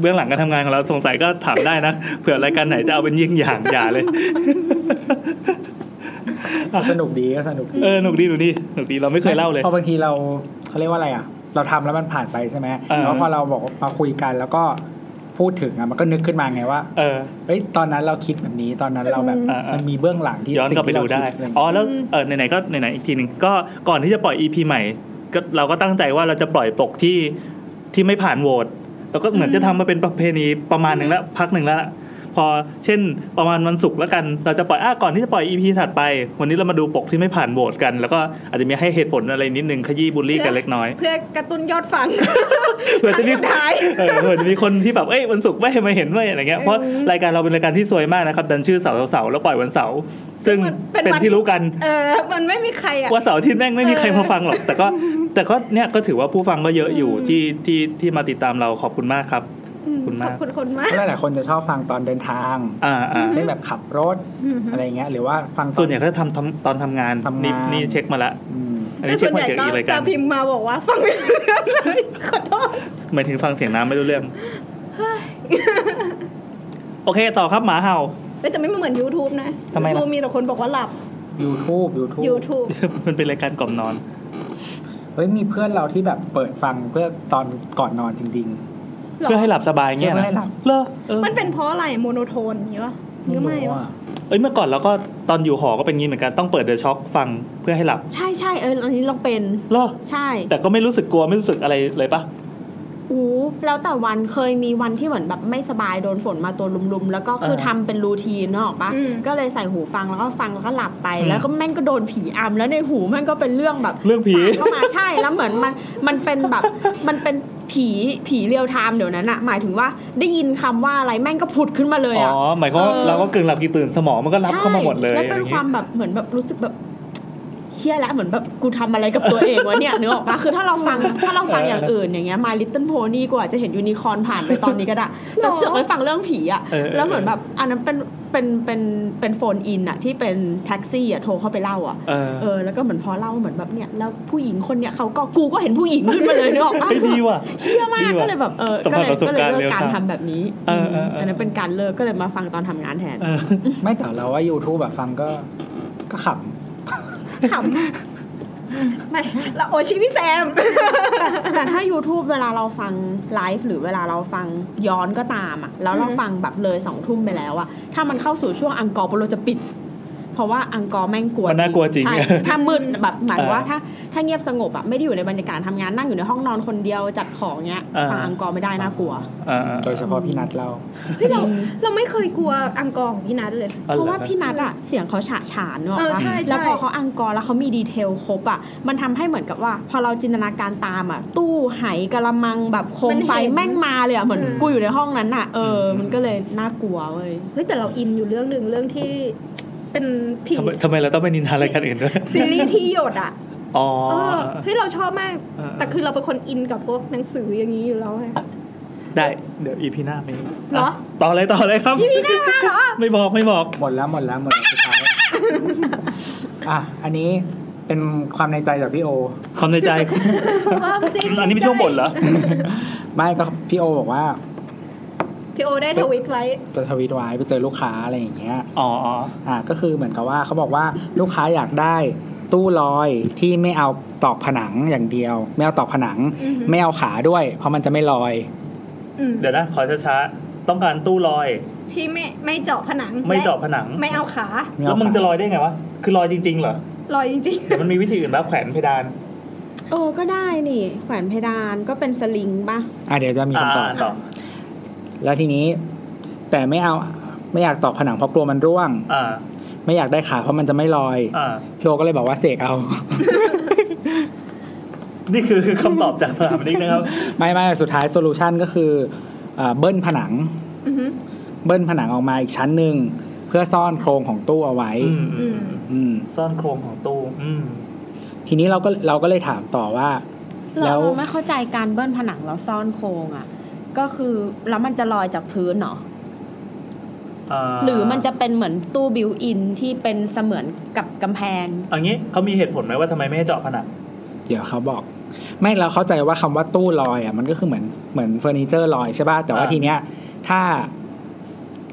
[SPEAKER 2] เบื้องหลังการทำงานของเราสงสัยก็ถามได้นะ เผื่อรายการไหนจะเอาเป็นเยี่ยงอย่างอย่าเลย
[SPEAKER 1] สนุกดีก็สนุกดี
[SPEAKER 2] เออหนุกดีหนุกดีหนุกดีเราไม่เคยเล่าเลย
[SPEAKER 1] พอบางทีเราเขาเรียกว่าอะไรอ่ะ เราทำแล้วมันผ่านไปใช่ไหม
[SPEAKER 2] อ่า
[SPEAKER 1] แล้วพอเราบอกมาคุยกันแล้วก็พูดถึงอะมันก็นึกขึ้นมาไงว่า
[SPEAKER 2] เออ
[SPEAKER 1] เอ้ยตอนนั้นเราคิดแบบนี้ตอนนั้นเราแบบ
[SPEAKER 2] อ่าอ่ามั
[SPEAKER 1] มันมีเบื้องหลังที่
[SPEAKER 2] ย้อนกลับไป
[SPEAKER 1] สิ่ง
[SPEAKER 2] ดู
[SPEAKER 1] ที่เรา
[SPEAKER 2] ได้
[SPEAKER 1] คิะรอย่าง
[SPEAKER 2] อ๋
[SPEAKER 1] เงี้ย
[SPEAKER 2] อแล้วเออไหนๆก็ไหนๆอีกทีหนึ่งก็ก่อนที่จะปล่อย EP ใหม่ก็เราก็ตั้งใจว่าเราจะปล่อยปกที่ที่ไม่ผ่านโหวตแล้วก็เหมือน
[SPEAKER 3] อืม
[SPEAKER 2] จะทำมาเป็นประเพณีประมาณหนึ่งแล้วพักหนึ่งแล้วล่ะพอเช่นประมาณวันศุกร์แล้วกัน เราจะปล่อยอ่ะก่อนที่จะปล่อย EP ถัดไป วันนี้เรามาดูปกที่ไม่ผ่านโหวตกัน แล้วก็อาจจะมีให้เหตุผลอะไรนิดนึงขยี้บูลลี่กันเล็กน้อย
[SPEAKER 3] เพื่อกระตุ้นยอดฟัง
[SPEAKER 2] เผื่อจะมี
[SPEAKER 3] สุดท้าย
[SPEAKER 2] เออเผื่อจะมีคนที่แบบเอ้ยวันศุกร์ไม่มาเห็นไม่อะไรเงี้ยเพราะรายการเราเป็นรายการที่สวยมากนะครับดันชื่อเสาร์เสาร์แล้วปล่อยวันเสาร์ซึ่งเป็นที่รู้กัน
[SPEAKER 3] เออมันไม่มีใครอ่ะ
[SPEAKER 2] ว่าเสาร์อาที่แม่งไม่มีใครมาฟังหรอก แต่ก็แต่ก็เนี่ยก็ถือว่าผู้ฟังก็เยอะอยู่
[SPEAKER 3] อืม
[SPEAKER 2] ที่ที่ที่มาติดตามเราขอบคุณมากครับ
[SPEAKER 3] อืม
[SPEAKER 2] ขอบคุณ
[SPEAKER 3] ข
[SPEAKER 2] มา
[SPEAKER 3] อก บคุณคนมาก
[SPEAKER 1] แล้วหลายๆคนจะชอบฟังตอนเดินทาง
[SPEAKER 2] อ่าอ่า
[SPEAKER 1] เช่นแบบขับรถอะไรเงี้ยหรือว่าฟังตอ
[SPEAKER 2] ส่วนใหญ่ก็จะทำทำตอนทำงาน
[SPEAKER 1] ทำงาน
[SPEAKER 2] นี่นี่เช็คมาละ
[SPEAKER 1] อืม
[SPEAKER 2] อัน
[SPEAKER 3] แต่
[SPEAKER 2] นี้เช็
[SPEAKER 3] ส่
[SPEAKER 2] ค
[SPEAKER 3] วนให
[SPEAKER 2] มา
[SPEAKER 3] ญ่
[SPEAKER 2] จากอี
[SPEAKER 3] ก็
[SPEAKER 2] กราย
[SPEAKER 3] จะ
[SPEAKER 2] การ
[SPEAKER 3] พิมพ์มาบอกว่าฟังไม่รู้เรื่องเลย ขอโทษ
[SPEAKER 2] หมายถึงฟังเสียงน้ำไม่รู้เรื่องโอเคต่อครับหมาเห่ า
[SPEAKER 3] เอ้ยแต่ไม่เหมือน YouTube นะ
[SPEAKER 2] ทำไมล่ะ
[SPEAKER 3] YouTube มีแต่คนบอกว่าหลับ
[SPEAKER 1] ยูทูบยูทูบ
[SPEAKER 3] YouTube
[SPEAKER 2] มันเป็นรายการกล่อมนอน
[SPEAKER 1] เฮ้ยมีเพื่อนเราที่แบบเปิดฟังเพื่อตอนก่อนนอนจริง
[SPEAKER 3] หรอ
[SPEAKER 2] เพื่อให้หลับสบายเงี้ย
[SPEAKER 1] เพื่อ
[SPEAKER 2] นะ
[SPEAKER 1] ให้หลับ
[SPEAKER 2] เหรอเออ
[SPEAKER 3] มันเป็นเพราะอะไรโมโนโทนอย่างนี้ปะ
[SPEAKER 1] ๆ
[SPEAKER 3] หรือไม่
[SPEAKER 1] รู้
[SPEAKER 3] วะ
[SPEAKER 1] อะ
[SPEAKER 2] เอ้ยเมื่อก่อนเราก็ตอนอยู่หอก็เป็นงี้เหมือนกันต้องเปิดเดอะช็อคฟังเพื่อให้หลับ
[SPEAKER 4] ใช่ใช่เอออันนี้เราเป็น
[SPEAKER 2] เหรอ
[SPEAKER 4] ใช่
[SPEAKER 2] แต่ก็ไม่รู้สึกกลัวไม่รู้สึกอะไรเลยปะ
[SPEAKER 4] อู้แล้วแต่วันเคยมีวันที่เหมือนแบบไม่สบายโดนฝนมาตัวลุมๆ แล้วก็คือ
[SPEAKER 2] เออ
[SPEAKER 4] ทำเป็นรูทีนเนกอะปะ
[SPEAKER 3] อืม
[SPEAKER 4] ก็เลยใส่หูฟังแล้วก็ฟังแล้วก็หลับไป
[SPEAKER 2] อืม
[SPEAKER 4] แล้วก็แม่งก็โดนผีอำแล้วในหูแม่งก็เป็นเรื่องแบบ
[SPEAKER 2] เรื่องผี
[SPEAKER 4] สาดเข้ามาใช่แล้วเหมือนมันมันเป็นแบบมันเป็นผีผีเรียลไทม์เดี๋ยวนั้นอะหมายถึงว่าได้ยินคำว่าอะไรแม่งก็ผุดขึ้นมาเลย
[SPEAKER 2] อ๋
[SPEAKER 4] อะ
[SPEAKER 2] อหมายความว่า
[SPEAKER 4] เออ
[SPEAKER 2] เราก็กึ่งหลับกึ่งตื่นสมองมันก็รับเข้ามาหมดเลย
[SPEAKER 4] ใช่แล้ว
[SPEAKER 2] อะไร
[SPEAKER 4] เป็น
[SPEAKER 2] อย่าง
[SPEAKER 4] ควา
[SPEAKER 2] งี้
[SPEAKER 4] มแบบเหมือนแบบรู้สึกแบบเชี่ยแล้วเหมือนแบบกูทำอะไรกับตัวเอง วะเนี่ย นึกออกปะคือถ้าเราฟังถ้าเราฟังอย่างอื่นอย่างเงี้ยมาลิตเติ้ลโพนี่กูอาจจะเห็นยูนิคอร์นผ่านไปตอนนี้ก็ได้แต่เสือกไปฟังเรื่องผีอะ
[SPEAKER 2] เออเออ
[SPEAKER 4] แล้วเหมือนแบบอันนั้นเป็นเป็นเป็นเป็นโฟนอินอะที่เป็นแท็กซี่อะโทรเข้าไปเล่าอะ
[SPEAKER 2] เออ
[SPEAKER 4] เออแล้วก็เหมือนพอเล่าเหมือนแบบเนี่ยแล้วผู้หญิงคนเนี่ยเขาก็กูก็เห็นผู้หญิงขึ้นมาเลยนึกออกปะ
[SPEAKER 2] เฮ้ย ดีว่ะ
[SPEAKER 4] เชี่ยมาก
[SPEAKER 2] ดีว่ะ
[SPEAKER 4] ก็เลยแบบเออ
[SPEAKER 2] สัม
[SPEAKER 4] ก็
[SPEAKER 2] ผัส
[SPEAKER 4] เลย
[SPEAKER 2] ประสบ
[SPEAKER 4] ก็เลย
[SPEAKER 2] การ
[SPEAKER 4] เลิกการ
[SPEAKER 2] ณ์เร็วครับ
[SPEAKER 4] ทำแบบนี้
[SPEAKER 2] เออเออเอออั
[SPEAKER 4] อันนั้นเป็นการเลิกก็เลยมาฟังตอนทำงานแทน
[SPEAKER 2] เออ
[SPEAKER 1] ไม่แต่เราว่า YouTube แบบฟังก็ก็ข
[SPEAKER 3] ขำไม่ เราโอชิพี่แซม
[SPEAKER 4] แต่ถ้า YouTube เวลาเราฟังไลฟ์หรือเวลาเราฟังย้อนก็ตามอะแล้วเรา
[SPEAKER 3] อืม
[SPEAKER 4] ฟังแบบเลยสองทุ่มไปแล้วอะถ้ามันเข้าสู่ช่วงอังกอร์ปุ๊บเราจะปิด เพราะว่าอังกอร์แม่งกลัว
[SPEAKER 2] มันน่ากลัวจริง
[SPEAKER 4] ใช่ถ้ามืดแบบหมายถึง
[SPEAKER 2] เออ
[SPEAKER 4] ว่าถ้าถ้าเงียบสงบอะไม่ได้อยู่ในบรรยากาศทำงานนั่งอยู่ในห้องนอนคนเดียวจัดของเงี้ย
[SPEAKER 2] เออ
[SPEAKER 4] ฟังอังกอร์ไม่ได้น่ากลัว
[SPEAKER 2] เออ
[SPEAKER 1] ำ
[SPEAKER 2] เอ
[SPEAKER 1] โด
[SPEAKER 2] อย
[SPEAKER 1] เฉพาะพี่นัทเรา
[SPEAKER 3] เฮ้ยเราเราไม่เคยกลัวอังกอร์ของพี่นัทเลย
[SPEAKER 2] ออ
[SPEAKER 4] เพราะว่า
[SPEAKER 2] หอ
[SPEAKER 4] พี่นัทอะเสียงเขาฉะฉานเนอะ
[SPEAKER 3] เออใช่ใช่
[SPEAKER 4] แล้วพอเขาอังกอร์แล้วเขามีดีเทลครบอะมันทำให้เหมือนกับว่า พอเราจินตนาการตามอะตู้ไหกะละมังแบบโคมไฟ
[SPEAKER 3] มันเห็น
[SPEAKER 4] แม่งมาเลยอะเหมือน
[SPEAKER 3] อืม
[SPEAKER 4] กูอยู่ในห้องนั้นอะเอออ
[SPEAKER 2] ม
[SPEAKER 4] มันก็เลยน่ากลัวเว้ย
[SPEAKER 3] เฮ้ยแต่เราอินอยู่เรื่องหนึ่งเรื่องที่เป็นผี
[SPEAKER 2] ทำไมทำไมเราต้องไปนินทารายการอื่นด้วย
[SPEAKER 3] ซีรีส์ที่หยดอ่ะ
[SPEAKER 2] อ๋อ
[SPEAKER 3] เออเฮ้ยเราชอบมาก
[SPEAKER 2] เออ
[SPEAKER 3] แต่คือเราเป็นคนอินกับพวกหนังสืออย่างนี้อยู่แล้วไง
[SPEAKER 2] ได้เดี๋ยวอีพีหน้าไป
[SPEAKER 3] เหรอ
[SPEAKER 2] ต่อเลยต่อเลยครับ
[SPEAKER 3] พี่พี่หน้ามาเหรอ
[SPEAKER 2] ไม่บอกไม่บอก
[SPEAKER 1] หมดแล้วหมดแล้วหมดแล้ว สุดท้ายอ่ะอันนี้เป็นความในใจจากพี่โอ
[SPEAKER 2] ความในใจ
[SPEAKER 3] ความจริง
[SPEAKER 2] อันนี้เป็นช่วงบ่นเหรอ
[SPEAKER 1] ไม่ก็พี่โอบอกว่า
[SPEAKER 3] พี่โอได้ทวิตไว้
[SPEAKER 1] จะทวีตไว้ไปเจอลูกค้าอะไรอย่างเงี้ย
[SPEAKER 2] อ๋ออ๋อ
[SPEAKER 1] อ่ะก็คือเหมือนกับว่าเขาบอกว่าลูกค้าอยากได้ตู้ลอยที่ไม่เอาตอกผนังอย่างเดียว ไม่เอาตอกผนัง
[SPEAKER 3] อือหือ
[SPEAKER 1] ไม่เอาขาด้วย เพราะมันจะไม่ลอย
[SPEAKER 3] อืม
[SPEAKER 2] เดี๋ยวนะ ขอช้าๆ ต้องการตู้ลอย
[SPEAKER 3] ที่ไม่ไม่เจาะผนัง
[SPEAKER 2] ไม่เจาะผนัง
[SPEAKER 3] และไม่เอาขา
[SPEAKER 1] ไม่เอา
[SPEAKER 2] แล้วมึง
[SPEAKER 1] ขา
[SPEAKER 2] จะลอยได้ไงวะ คือลอยจริงๆเหรอ
[SPEAKER 3] ลอยจริง
[SPEAKER 2] เดี๋ยวมันมีวิธีอื่นบ้างแขวนเพดาน
[SPEAKER 4] เออก็ได้นี่แขวนเพดานก็เป็นสลิงป่ะ
[SPEAKER 1] อ่ะเดี๋ยวจะมี
[SPEAKER 2] อ่า
[SPEAKER 1] คำตอบ
[SPEAKER 2] ต่อ
[SPEAKER 1] แล้วทีนี้แต่ไม่เอาไม่อยากตอกผนังเพราะกลัวมันร่วง
[SPEAKER 2] อ่า
[SPEAKER 1] ไม่อยากได้ขาเพราะมันจะไม่ลอย
[SPEAKER 2] อ่า
[SPEAKER 1] พี่โอก็เลยบอกว่าเสกเอา
[SPEAKER 2] นี่คือคำตอบจากสถาปนิกนะครับ
[SPEAKER 1] ไม่ไม่สุดท้ายโซลูชันก็คือเอ่อเบิ้ลผนัง
[SPEAKER 3] ๆ อือหือ
[SPEAKER 1] เบิ้ลผนังออกมาอีกชั้นหนึ่งเพื่อซ่อนโครงของตู้เอาไว้
[SPEAKER 2] อืม
[SPEAKER 3] อื
[SPEAKER 2] อืม
[SPEAKER 3] ม
[SPEAKER 1] อืม
[SPEAKER 2] ซ่อนโครงของตู้ อืม
[SPEAKER 1] ทีนี้เราก็เราก็เลยถามต่อว่า แล้
[SPEAKER 4] เรา
[SPEAKER 1] ว
[SPEAKER 4] ไม่เข้าใจการเบิ้ลผนังแล้วซ่อนโครงอะก็คือแล้วมันจะลอยจากพื้นเหรอ
[SPEAKER 2] อ่า
[SPEAKER 4] หรือมันจะเป็นเหมือนตู้บิวอินที่เป็นเสมือนกับกำแพง
[SPEAKER 2] เอางี้เขามีเหตุผลไหมว่าทำไมไม่ให้เจาะผนัง
[SPEAKER 1] เดี๋ยวเขาบอก ไม่เราเข้าใจว่าคำว่าตู้ลอยอ่ะมันก็คือเหมือนเหมือนเฟอร์นิเจอร์ลอยใช่ป่ะแต่ว่า
[SPEAKER 2] อ่า
[SPEAKER 1] ทีเนี้ยถ้า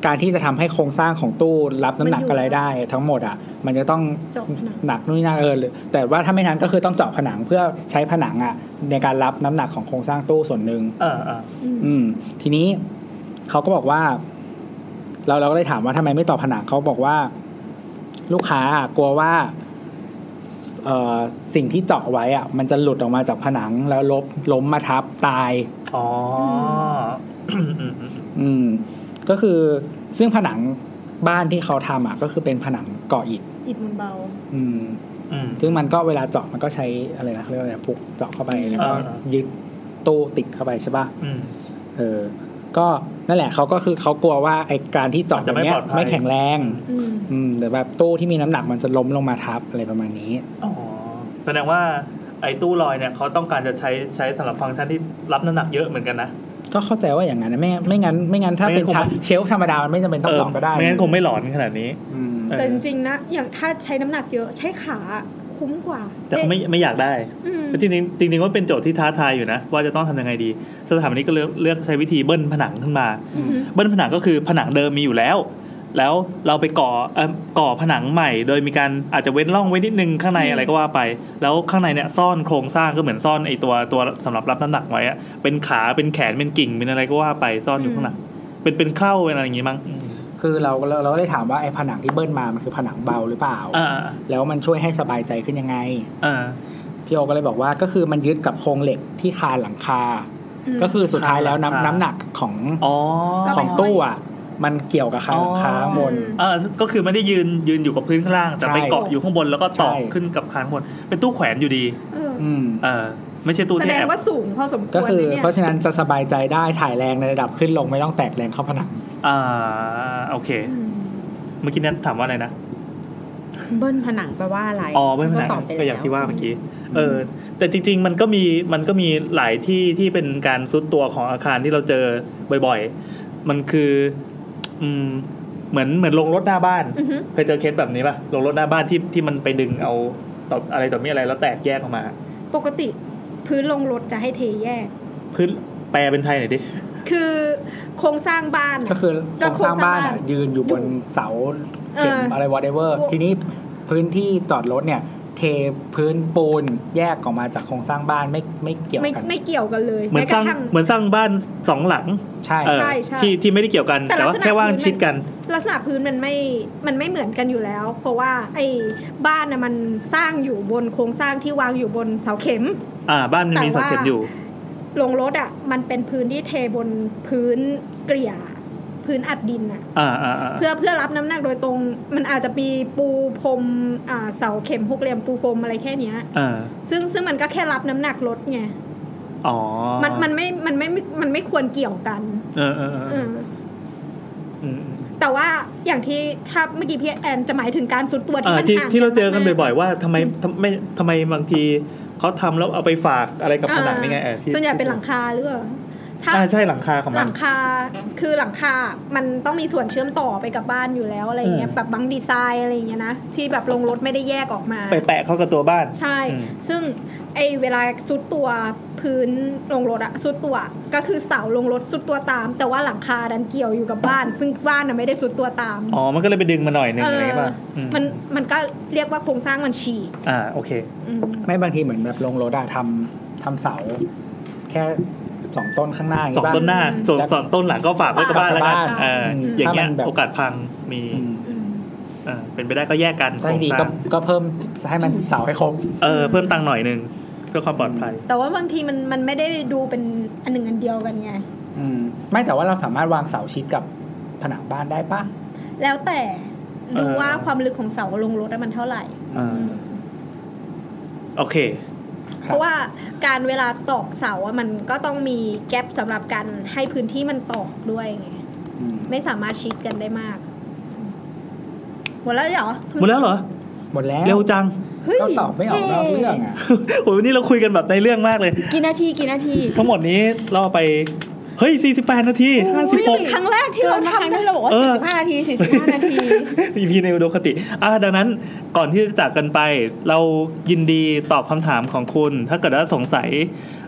[SPEAKER 1] การที่จะทำให้โครงสร้างของตู้รับน้ำหนัก
[SPEAKER 3] มันอยู่
[SPEAKER 1] อะไรได้ ทั้งหมดอ่ะ มันจะต้อง
[SPEAKER 3] เจาะผนัง
[SPEAKER 1] หนักนู่นนี่นั่นเออหรือแต่ว่าถ้าไม่นั้นก็คือต้องเจาะผนังเพื่อใช้ผนังอ่ะในการรับน้ำหนักของโครงสร้างตู้ส่วนหนึ่ง
[SPEAKER 2] อ่าอ่า
[SPEAKER 3] อืม
[SPEAKER 1] อืมทีนี้เขาก็บอกว่า เราเราก็เลยถามว่าทำไมไม่ต่อผนังเขาบอกว่า ลูกค้ากลัวว่าเอ่อสิ่งที่เจาะไว้อะมันจะหลุดออกมาจากผนังแล้วลบล้มมาทับตาย
[SPEAKER 2] อ๋ออืมอืมอืม
[SPEAKER 1] อืม ก็คือซึ่งผนังบ้านที่เขาทำอ่ะ ก็คือเป็นผนังก่ออิฐ
[SPEAKER 3] อิดมันเบา
[SPEAKER 1] อืม
[SPEAKER 2] อืม
[SPEAKER 1] ซึ่งมันก็เวลาเจาะมันก็ใช้อะไรนะเรียกว่าอะไรผูกเจาะเข้าไปแล้วก็
[SPEAKER 2] อ่า
[SPEAKER 1] ยึดตู้ติดเข้าไปใช่ปะ
[SPEAKER 2] อืม
[SPEAKER 1] เออ ก็นั่นแหละเขาก็คือเขากลัวว่าไอการที่เจอด
[SPEAKER 2] มันจะไม่
[SPEAKER 1] แบบเนี้ย
[SPEAKER 2] ปลอดภัย
[SPEAKER 1] ไม่แข็งแรง
[SPEAKER 3] อืม
[SPEAKER 1] อืมหรือแบบตู้ที่มีน้ำหนักมันจะล้มลงมาทับอะไรประมาณนี้
[SPEAKER 2] อ๋อแสดงว่าไอ้ตู้ลอยเนี่ยเขาต้องการจะใช้ใช้สำหรับฟังก์ชันที่รับน้ำหนักเยอะเหมือนกันนะ
[SPEAKER 1] ก็เข้าใจว่าอย่างนั้นนะไม่ไม่งั้น ไม่งั้นถ้า
[SPEAKER 2] ไม่งั้
[SPEAKER 1] เป็น
[SPEAKER 2] น
[SPEAKER 1] ชา
[SPEAKER 2] คงไม่
[SPEAKER 1] เชลฟ์ธรรมดามันไม่จำเป็นต้องเจาะก็ได้
[SPEAKER 2] ไม่งั้นคงไม่หลอนขนาดนี้
[SPEAKER 1] อืม
[SPEAKER 2] เออ
[SPEAKER 3] แต่จริงๆนะอย่างถ้าใช้น้ำหนักเยอะใช้ขาคุ้มกว่า
[SPEAKER 2] แต่เขาไม่ไม่อยากได้
[SPEAKER 3] อืม
[SPEAKER 2] แต่จริงๆจริงๆว่าเป็นโจทย์ที่ท้าทายอยู่นะ ว่าจะต้องทำยังไงดี สถาปนิกก็เลือกเลือกใช้วิธีเบิ้ลผนังขึ้นมา
[SPEAKER 3] อือหือ
[SPEAKER 2] เบิ้ลผนังก็คือผนังเดิมมีอยู่แล้ว แล้วเราไปก่อเอ่อก่อผนังใหม่ โดยมีการอาจจะเว้นร่องไว้นิดนึงข้างใน
[SPEAKER 3] อืม
[SPEAKER 2] อะไรก็ว่าไป แล้วข้างในเนี่ยซ่อนโครงสร้างก็เหมือนซ่อนไอตัวตัวสำหรับรับน้ำหนักไว้อะเป็นขาเป็นแขนเป็นกิ่งเป็นอะไรก็ว่าไปซ่อนอยู่ข้างหลังเป็นเป็นเข้าเป็นอะไรอย่างงี้มั้งอืม
[SPEAKER 1] คือเราเราเราได้ถามว่าไอผนังที่เบิ้ลมา มันคือผนังเบาหรือเปล่า
[SPEAKER 2] อ่า
[SPEAKER 1] แล้วมันช่วยให้สบายใจขึ้นยังไง
[SPEAKER 2] อ่า
[SPEAKER 1] พี่โอก็เลยบอกว่าก็คือมันยึดกับโครงเหล็กที่คานหลังคา ก็คือสุดท้ายแล้วน้ำน้ำหนักของ
[SPEAKER 2] อ๋อ
[SPEAKER 3] ก็
[SPEAKER 1] ข
[SPEAKER 3] เป็
[SPEAKER 1] อน งตู้อ่ะ มันเกี่ยวกับคานหลังคาข้างบน
[SPEAKER 3] อืม
[SPEAKER 2] อ่าก็คือไม่ได้ยืนยืนอยู่กับพื้นข้างล่างแต่ไป
[SPEAKER 1] ใช่
[SPEAKER 2] เกาะอยู่ข้างบนแล้วก็ต่อ
[SPEAKER 1] ใช่
[SPEAKER 2] ขึ้นกับคานข้างบนเป็นตู้แขวนอยู่ดี
[SPEAKER 3] เออ
[SPEAKER 1] อืม
[SPEAKER 2] เออไม่ใช่ตู้
[SPEAKER 3] แส
[SPEAKER 2] ที่
[SPEAKER 3] ดง
[SPEAKER 2] แอบ
[SPEAKER 3] ว่าสูงพอสมค
[SPEAKER 1] ก็
[SPEAKER 3] วร
[SPEAKER 1] คือ
[SPEAKER 3] เลยเนี่ย
[SPEAKER 1] เพราะฉะนั้นจะสบายใจได้ถ่ายแรงในระดับขึ้นลงไม่ต้องแตกแรงเข้าผนัง
[SPEAKER 2] อ่าโอเค
[SPEAKER 3] อืม
[SPEAKER 2] เมื่อกี้นั้นถามว่าอะไรนะ
[SPEAKER 4] เบิ้ลผนังแปลว่าอะไร
[SPEAKER 2] อ๋อไม่เป็นไร
[SPEAKER 4] ก็ตอบไปแล้ว
[SPEAKER 2] ก็อย่างที่ว่าเมื่อกี้
[SPEAKER 1] ม
[SPEAKER 2] เออแต่จริง ๆ มันก็มีมันก็มีหลายที่ที่เป็นการซุดตัวของอาคารที่เราเจอบ่อยๆ มันคืออืมเหมือนเหมือนลงรถหน้าบ้าน
[SPEAKER 3] อือหือ
[SPEAKER 2] เคยเจอเคสแบบนี้ป่ะลงรถหน้าบ้านที่ที่มันไปดึงเอาต่ออะไรต่อมีอะไรแล้วแตกแยกออกมา
[SPEAKER 3] ปกติพื้นลงรถจะให้เทแยก
[SPEAKER 2] พื้นแปลเป็นไทยหน่อยดิ
[SPEAKER 3] คือโครงสร้างบ้าน
[SPEAKER 1] ก็
[SPEAKER 3] อะ
[SPEAKER 1] คือ
[SPEAKER 3] ก็
[SPEAKER 1] โครงสร้างบ้านอะ
[SPEAKER 3] โครงสร้างบ้าน
[SPEAKER 1] ยืนอยู่บนเสาเข็ม
[SPEAKER 3] เอออ
[SPEAKER 1] อะไร whatever
[SPEAKER 3] พวก
[SPEAKER 1] ทีนี้พื้นที่จอดรถเนี่ย เทพื้นปูนแยกออกมาจากโครงสร้างบ้านไม่ไม่เกี่ยว
[SPEAKER 3] ไม่
[SPEAKER 1] กัน
[SPEAKER 3] ไม่เกี่ยวกันเลย
[SPEAKER 2] เหมือน
[SPEAKER 3] แม้ก
[SPEAKER 2] ส
[SPEAKER 3] ระ
[SPEAKER 2] ร้าง
[SPEAKER 3] ทั่ง
[SPEAKER 2] เหมือนสร้างบ้านสองหลัง
[SPEAKER 1] ใช่
[SPEAKER 2] เออ
[SPEAKER 3] ใช่ใช่
[SPEAKER 2] ที่ที่ไม่ได้เกี่ยวกัน
[SPEAKER 3] แต่
[SPEAKER 2] แต่ว่า
[SPEAKER 3] ลักษณะ
[SPEAKER 2] แค่ว่า
[SPEAKER 3] คือมัน
[SPEAKER 2] ชิดกัน
[SPEAKER 3] ลักษณะพื้นมันไม่ มันไม่เหมือนกันอยู่แล้ว เพราะว่าไอ้บ้านน่ะมันสร้างอยู่บนโครงสร้างที่วางอยู่บนเสาเข็ม
[SPEAKER 2] อ่าบ้านมันมี
[SPEAKER 3] แต่
[SPEAKER 2] เสา
[SPEAKER 3] ว่า
[SPEAKER 2] เข็มอยู่
[SPEAKER 3] ลงรถอ่ะ มันเป็นพื้นที่เทบนพื้นเกลี่ย พื้นอัดดินอ่ะ
[SPEAKER 2] อ่าอ่าอ่า
[SPEAKER 3] เพื่อเพื่อรับน้ำหนักโดยตรง มันอาจจะมีปูพรมอ่าเสาเข็มหกเหลี่ยมปูพรมอะไรแค่เนี้ย
[SPEAKER 2] อ่า
[SPEAKER 3] ซึ่งซึ่งมันก็แค่รับน้ำหนักรถไง
[SPEAKER 2] อ๋อ
[SPEAKER 3] มันมันไม่ มันไม่ มันไม่ควรเกี่ยวกัน
[SPEAKER 2] เออเออเอ
[SPEAKER 3] เอ
[SPEAKER 2] อ
[SPEAKER 3] อ
[SPEAKER 2] อืม
[SPEAKER 3] แต่ว่าอย่างที่ถ้าเมื่อกี้พี่แอนจะหมายถึงการสุดตัว
[SPEAKER 2] อ่า
[SPEAKER 3] ที่
[SPEAKER 2] ที่
[SPEAKER 3] มันห่าง
[SPEAKER 2] ที่เราเจอกัน
[SPEAKER 3] ม
[SPEAKER 2] บ่อยๆว่าทำไมทำไม่ทำไมบางทีเขาทำแล้วเอาไปฝากอะไรกับผนังนี่ไงเออที่
[SPEAKER 3] ส่วนใหญ่เป็นหลังคาหรือเปล่าถ้า
[SPEAKER 2] อ่าใช่หลังคาของ
[SPEAKER 3] ห
[SPEAKER 2] มั
[SPEAKER 3] ลั
[SPEAKER 2] น
[SPEAKER 3] งคาคือหลังคา มันต้องมีส่วนเชื่อมต่อไปกับบ้านอยู่แล้วอะไรอย่างเงี้ย
[SPEAKER 2] อืม
[SPEAKER 3] แบบบางดีไซน์อะไรอย่างเงี้ยนะที่แบบลงรถไม่ได้แยกออกมา
[SPEAKER 2] ไปแปะเข้ากับตัวบ้าน
[SPEAKER 3] ใช่
[SPEAKER 2] อืม
[SPEAKER 3] ซึ่งไอเวลาสุดตัวพื้นลงรถอะสุดตัวก็คือเสาลงรถสุดตัวตาม แต่ว่าหลังคาดันเกี่ยวอยู่กับบ้าน ซึ่งบ้านน่ะไม่ได้สุดตัวตาม
[SPEAKER 2] อ๋อมันก็เลยไปดึงมาหน่อยหนึงอะไรอย่างเงี้ยป่ะ
[SPEAKER 3] เออ
[SPEAKER 2] อื
[SPEAKER 3] อมันมันก็เรียกว่าโครงสร้างมันฉีก
[SPEAKER 2] อ่าโอเค
[SPEAKER 3] อืม
[SPEAKER 1] ไม่บางทีเหมือนแบบลงรถอะทำทำเสา แค่สองต้นข้างหน้าย่า
[SPEAKER 2] สอง
[SPEAKER 1] บ้า
[SPEAKER 2] ต้นหน้าส่วนสองต้นหลังก็ฝากไว้กับบ้านแล้วกัน
[SPEAKER 1] ฝากกับบ้าน
[SPEAKER 2] เอออย่างเงี้ย
[SPEAKER 1] ถ้ามันแบบ
[SPEAKER 2] โอกาสพังมี
[SPEAKER 1] อืม
[SPEAKER 3] อืม
[SPEAKER 2] เออเป็นไปได้ก็แยกกัน
[SPEAKER 1] ถ้าให้ดี
[SPEAKER 2] โครงส
[SPEAKER 1] ก็
[SPEAKER 2] ร้าง
[SPEAKER 1] ก็เพิ่มให้มันเสาให้ครบ
[SPEAKER 2] เออเพิ่มตังค์หน่อยหนึงเพื่อความปลอดภัย
[SPEAKER 3] แต่ว่าบางทีมันมันไม่ได้ดูเป็นอันหนึ่งอันเดียวกันไง
[SPEAKER 1] อืมไม่แต่ว่าเราสามารถวางเสาชิดกับผนังบ้านได้ปะ
[SPEAKER 3] แล้วแต่ดู
[SPEAKER 2] เออ
[SPEAKER 3] ว่าความลึกของเสาลงรถอะมันเท่าไหร่
[SPEAKER 2] เออโอเค
[SPEAKER 1] ค
[SPEAKER 3] เพ
[SPEAKER 1] รับ
[SPEAKER 3] ราะว่าการเวลาตอกเสาอะมันก็ต้องมีแกลบสำหรับการให้พื้นที่มันตอกด้วยไง
[SPEAKER 1] อืม
[SPEAKER 3] ไม่สามารถชิดกันได้มากหมดแล้วเหรอ
[SPEAKER 2] หมดแล้วเหรอ
[SPEAKER 1] หมดแล้ว
[SPEAKER 2] เร็วจัง
[SPEAKER 3] เฮ้ย
[SPEAKER 1] ก็ตอบไม่ออกนอกเรื่องอ่ะ
[SPEAKER 2] โอ้ยวันนี้เราคุยกันแบบในเรื่องมากเลย
[SPEAKER 4] กี่นาทีกี่นาที
[SPEAKER 2] ทั้งหมดนี้เราไป เฮ้ย 48 นาที
[SPEAKER 3] ครั้งแรกที่
[SPEAKER 4] เกิ
[SPEAKER 3] เรา
[SPEAKER 4] นมาครั้ง
[SPEAKER 3] ทำ
[SPEAKER 4] นึงเราบอกว่า
[SPEAKER 2] เออ
[SPEAKER 4] สี่สิบห้านาทีสี่สิบห้านาที
[SPEAKER 2] 56 EP ในอุดมคติ อ่ะดังนั้นก่อนที่จะจากกันไป เรายินดีตอบคำถามของคุณ ถ้าเกิดว่าสงสัย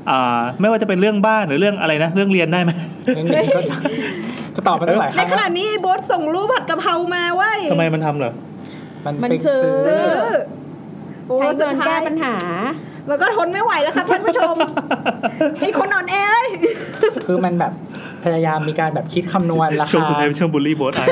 [SPEAKER 2] อ่า ไม่ว่าจะเป็นเรื่องบ้านหรือเรื่องอะไรนะ เรื่องเรียนได้ไหม
[SPEAKER 1] เรื่องนี้ก็ก็ตอบมาตั้งหลายค
[SPEAKER 3] ใน
[SPEAKER 1] รั้ง
[SPEAKER 3] ข
[SPEAKER 1] แล้
[SPEAKER 3] ณะ
[SPEAKER 1] ว
[SPEAKER 3] นี้ไอ้โบทส่งรูปผัดกะเพรามาเว้ย
[SPEAKER 2] ทำไมมันทำเหรอ
[SPEAKER 4] มัน
[SPEAKER 1] ไป
[SPEAKER 4] ซื้อ
[SPEAKER 3] เออโอ้
[SPEAKER 4] ใช้เงิ
[SPEAKER 3] สุด
[SPEAKER 4] น
[SPEAKER 3] ท้า
[SPEAKER 4] แก้
[SPEAKER 3] ย
[SPEAKER 4] ปัญหา
[SPEAKER 3] มันก็ทนไม่ไหวแล้วครับท่านผู้ช มไอ้คนนอนแอร์เอ้ย
[SPEAKER 1] คือมันแบบพยายามมีการแบบคิดคำนวณรา
[SPEAKER 2] ช่วง
[SPEAKER 1] คา
[SPEAKER 2] สุดท้ายเป็นช่วงบูลลี่โบ สอ่ะ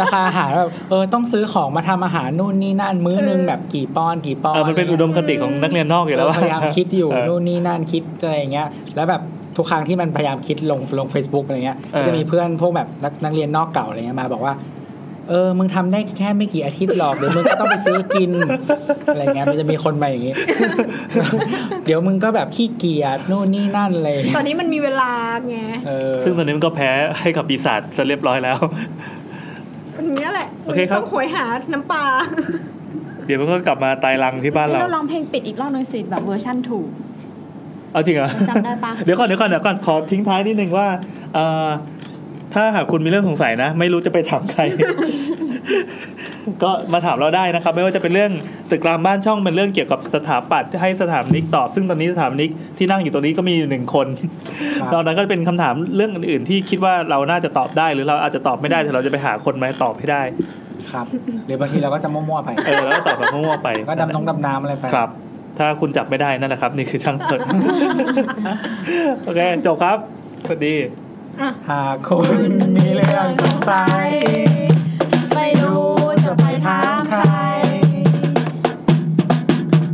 [SPEAKER 1] ราคาอาหารแบบเออต้องซื้อของมาทำอาหารนู่นนี่นั่นมื้อนึงแบบกี่ปอนด์กี่ปอน
[SPEAKER 2] เอ
[SPEAKER 1] ด์
[SPEAKER 2] อมันเป็นอุดมคติของนักเรียนนอกอยู่แล้ว
[SPEAKER 1] เอ
[SPEAKER 2] ว่
[SPEAKER 1] อพยายามคิดอยู่
[SPEAKER 2] เ
[SPEAKER 1] นู่นนี่นั่นคิดอะไรอย่างเงี้ย แล้วแบบทุกครั้งที่มันพยายามคิดลงลง Facebook อะไรเงี้ย
[SPEAKER 2] เออ
[SPEAKER 1] ก็จะมีเพื่อนพวกแบบนักนักเรียนนอกเก่าอะไรเงี้ยมาบอกว่า เออมึงทำได้แค่ไม่กี่อาทิตย์หรอกเดี๋ยวมึงก็ต้องไปซื้อกิน อะไรเงี้ยมันจะมีคนมาอย่างงี้ เดี๋ยวมึงก็แบบขี้เกียจนู่นนี่นั่นอะไรอย่าง
[SPEAKER 3] ต
[SPEAKER 1] เงี้
[SPEAKER 3] อย นนี้มันมีเวลาไง
[SPEAKER 1] เออ
[SPEAKER 2] ซึ่งตอนนี้มันก็แพ้ให้กับปีศาจซะเรียบร้อยแล้ว
[SPEAKER 3] คนนี้แหละ
[SPEAKER 2] โอเคครับ
[SPEAKER 3] ต้องหวยหาน้ำปลา
[SPEAKER 2] เดี๋ยวมันก็กลับมาตายรังที่บ้านเรา
[SPEAKER 4] เราลองเพลงปิดอีกรอบหนึงสิแบบเวอร์ชั่นถูก
[SPEAKER 2] เอาจริงเหรอ
[SPEAKER 4] จำได้ปะ
[SPEAKER 2] เดี๋ยวก่อนเดี๋ยวก่อนเดี๋ยวก่อนขอทิ้งท้ายนิดนึงว่าเอ่อถ้าหากคุณมีเรื่องสงสัยนะ ไม่รู้จะไปถามใคร ก็มาถามเราได้นะครับ ไม่ว่าจะเป็นเรื่องตึกรามบ้านช่องเป็นเรื่องเกี่ยวกับสถาปัตย์ให้สถาปนิกตอบ ซึ่งตอนนี้สถาปนิกที่นั่งอยู่ตรงนี้ก็มีอยู่หนึ่งคน
[SPEAKER 1] ครับ
[SPEAKER 2] นอกนั้นก็เป็นคำถามเรื่องอื่นๆที่คิดว่าเราน่าจะตอบได้ หรือเราอาจจะตอบไม่ได้แต่เราจะไปหาคนมาตอบให้ได้
[SPEAKER 1] ครับหรือบางทีเราก็จะมั่วๆไป
[SPEAKER 2] เออแล้วก็ตอบแบบมั่วๆไป
[SPEAKER 1] ก็ดำน้องดำน้ำอะไรไป
[SPEAKER 2] ครับ ถ้าคุณจับไม่ได้นั่นแหละครับ นี่คือช่างเถิด โอเค จบครับ สวัสดี
[SPEAKER 1] หากคุณมีเรื่องสงสัย
[SPEAKER 4] ไม่รู้
[SPEAKER 1] จะไปถามใคร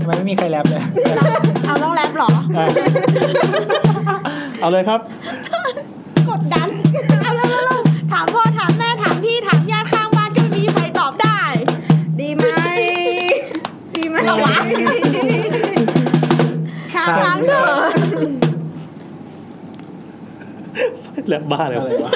[SPEAKER 1] ทำไมไม่มีใครแรปเลย
[SPEAKER 4] เอาต้องแรปเหรอ
[SPEAKER 2] เอาเลยครับ
[SPEAKER 4] กดดัน เอาเร็วๆๆถามพ่อ ถามแม่ ถามพี่ ถามญาติข้างบ้านก็ไม่มีใครตอบได้
[SPEAKER 3] ดีไหมดีไหม
[SPEAKER 4] เอาวะ
[SPEAKER 3] ช้างช้างเถอะ
[SPEAKER 2] และบ้าเลย
[SPEAKER 1] อะไรวะ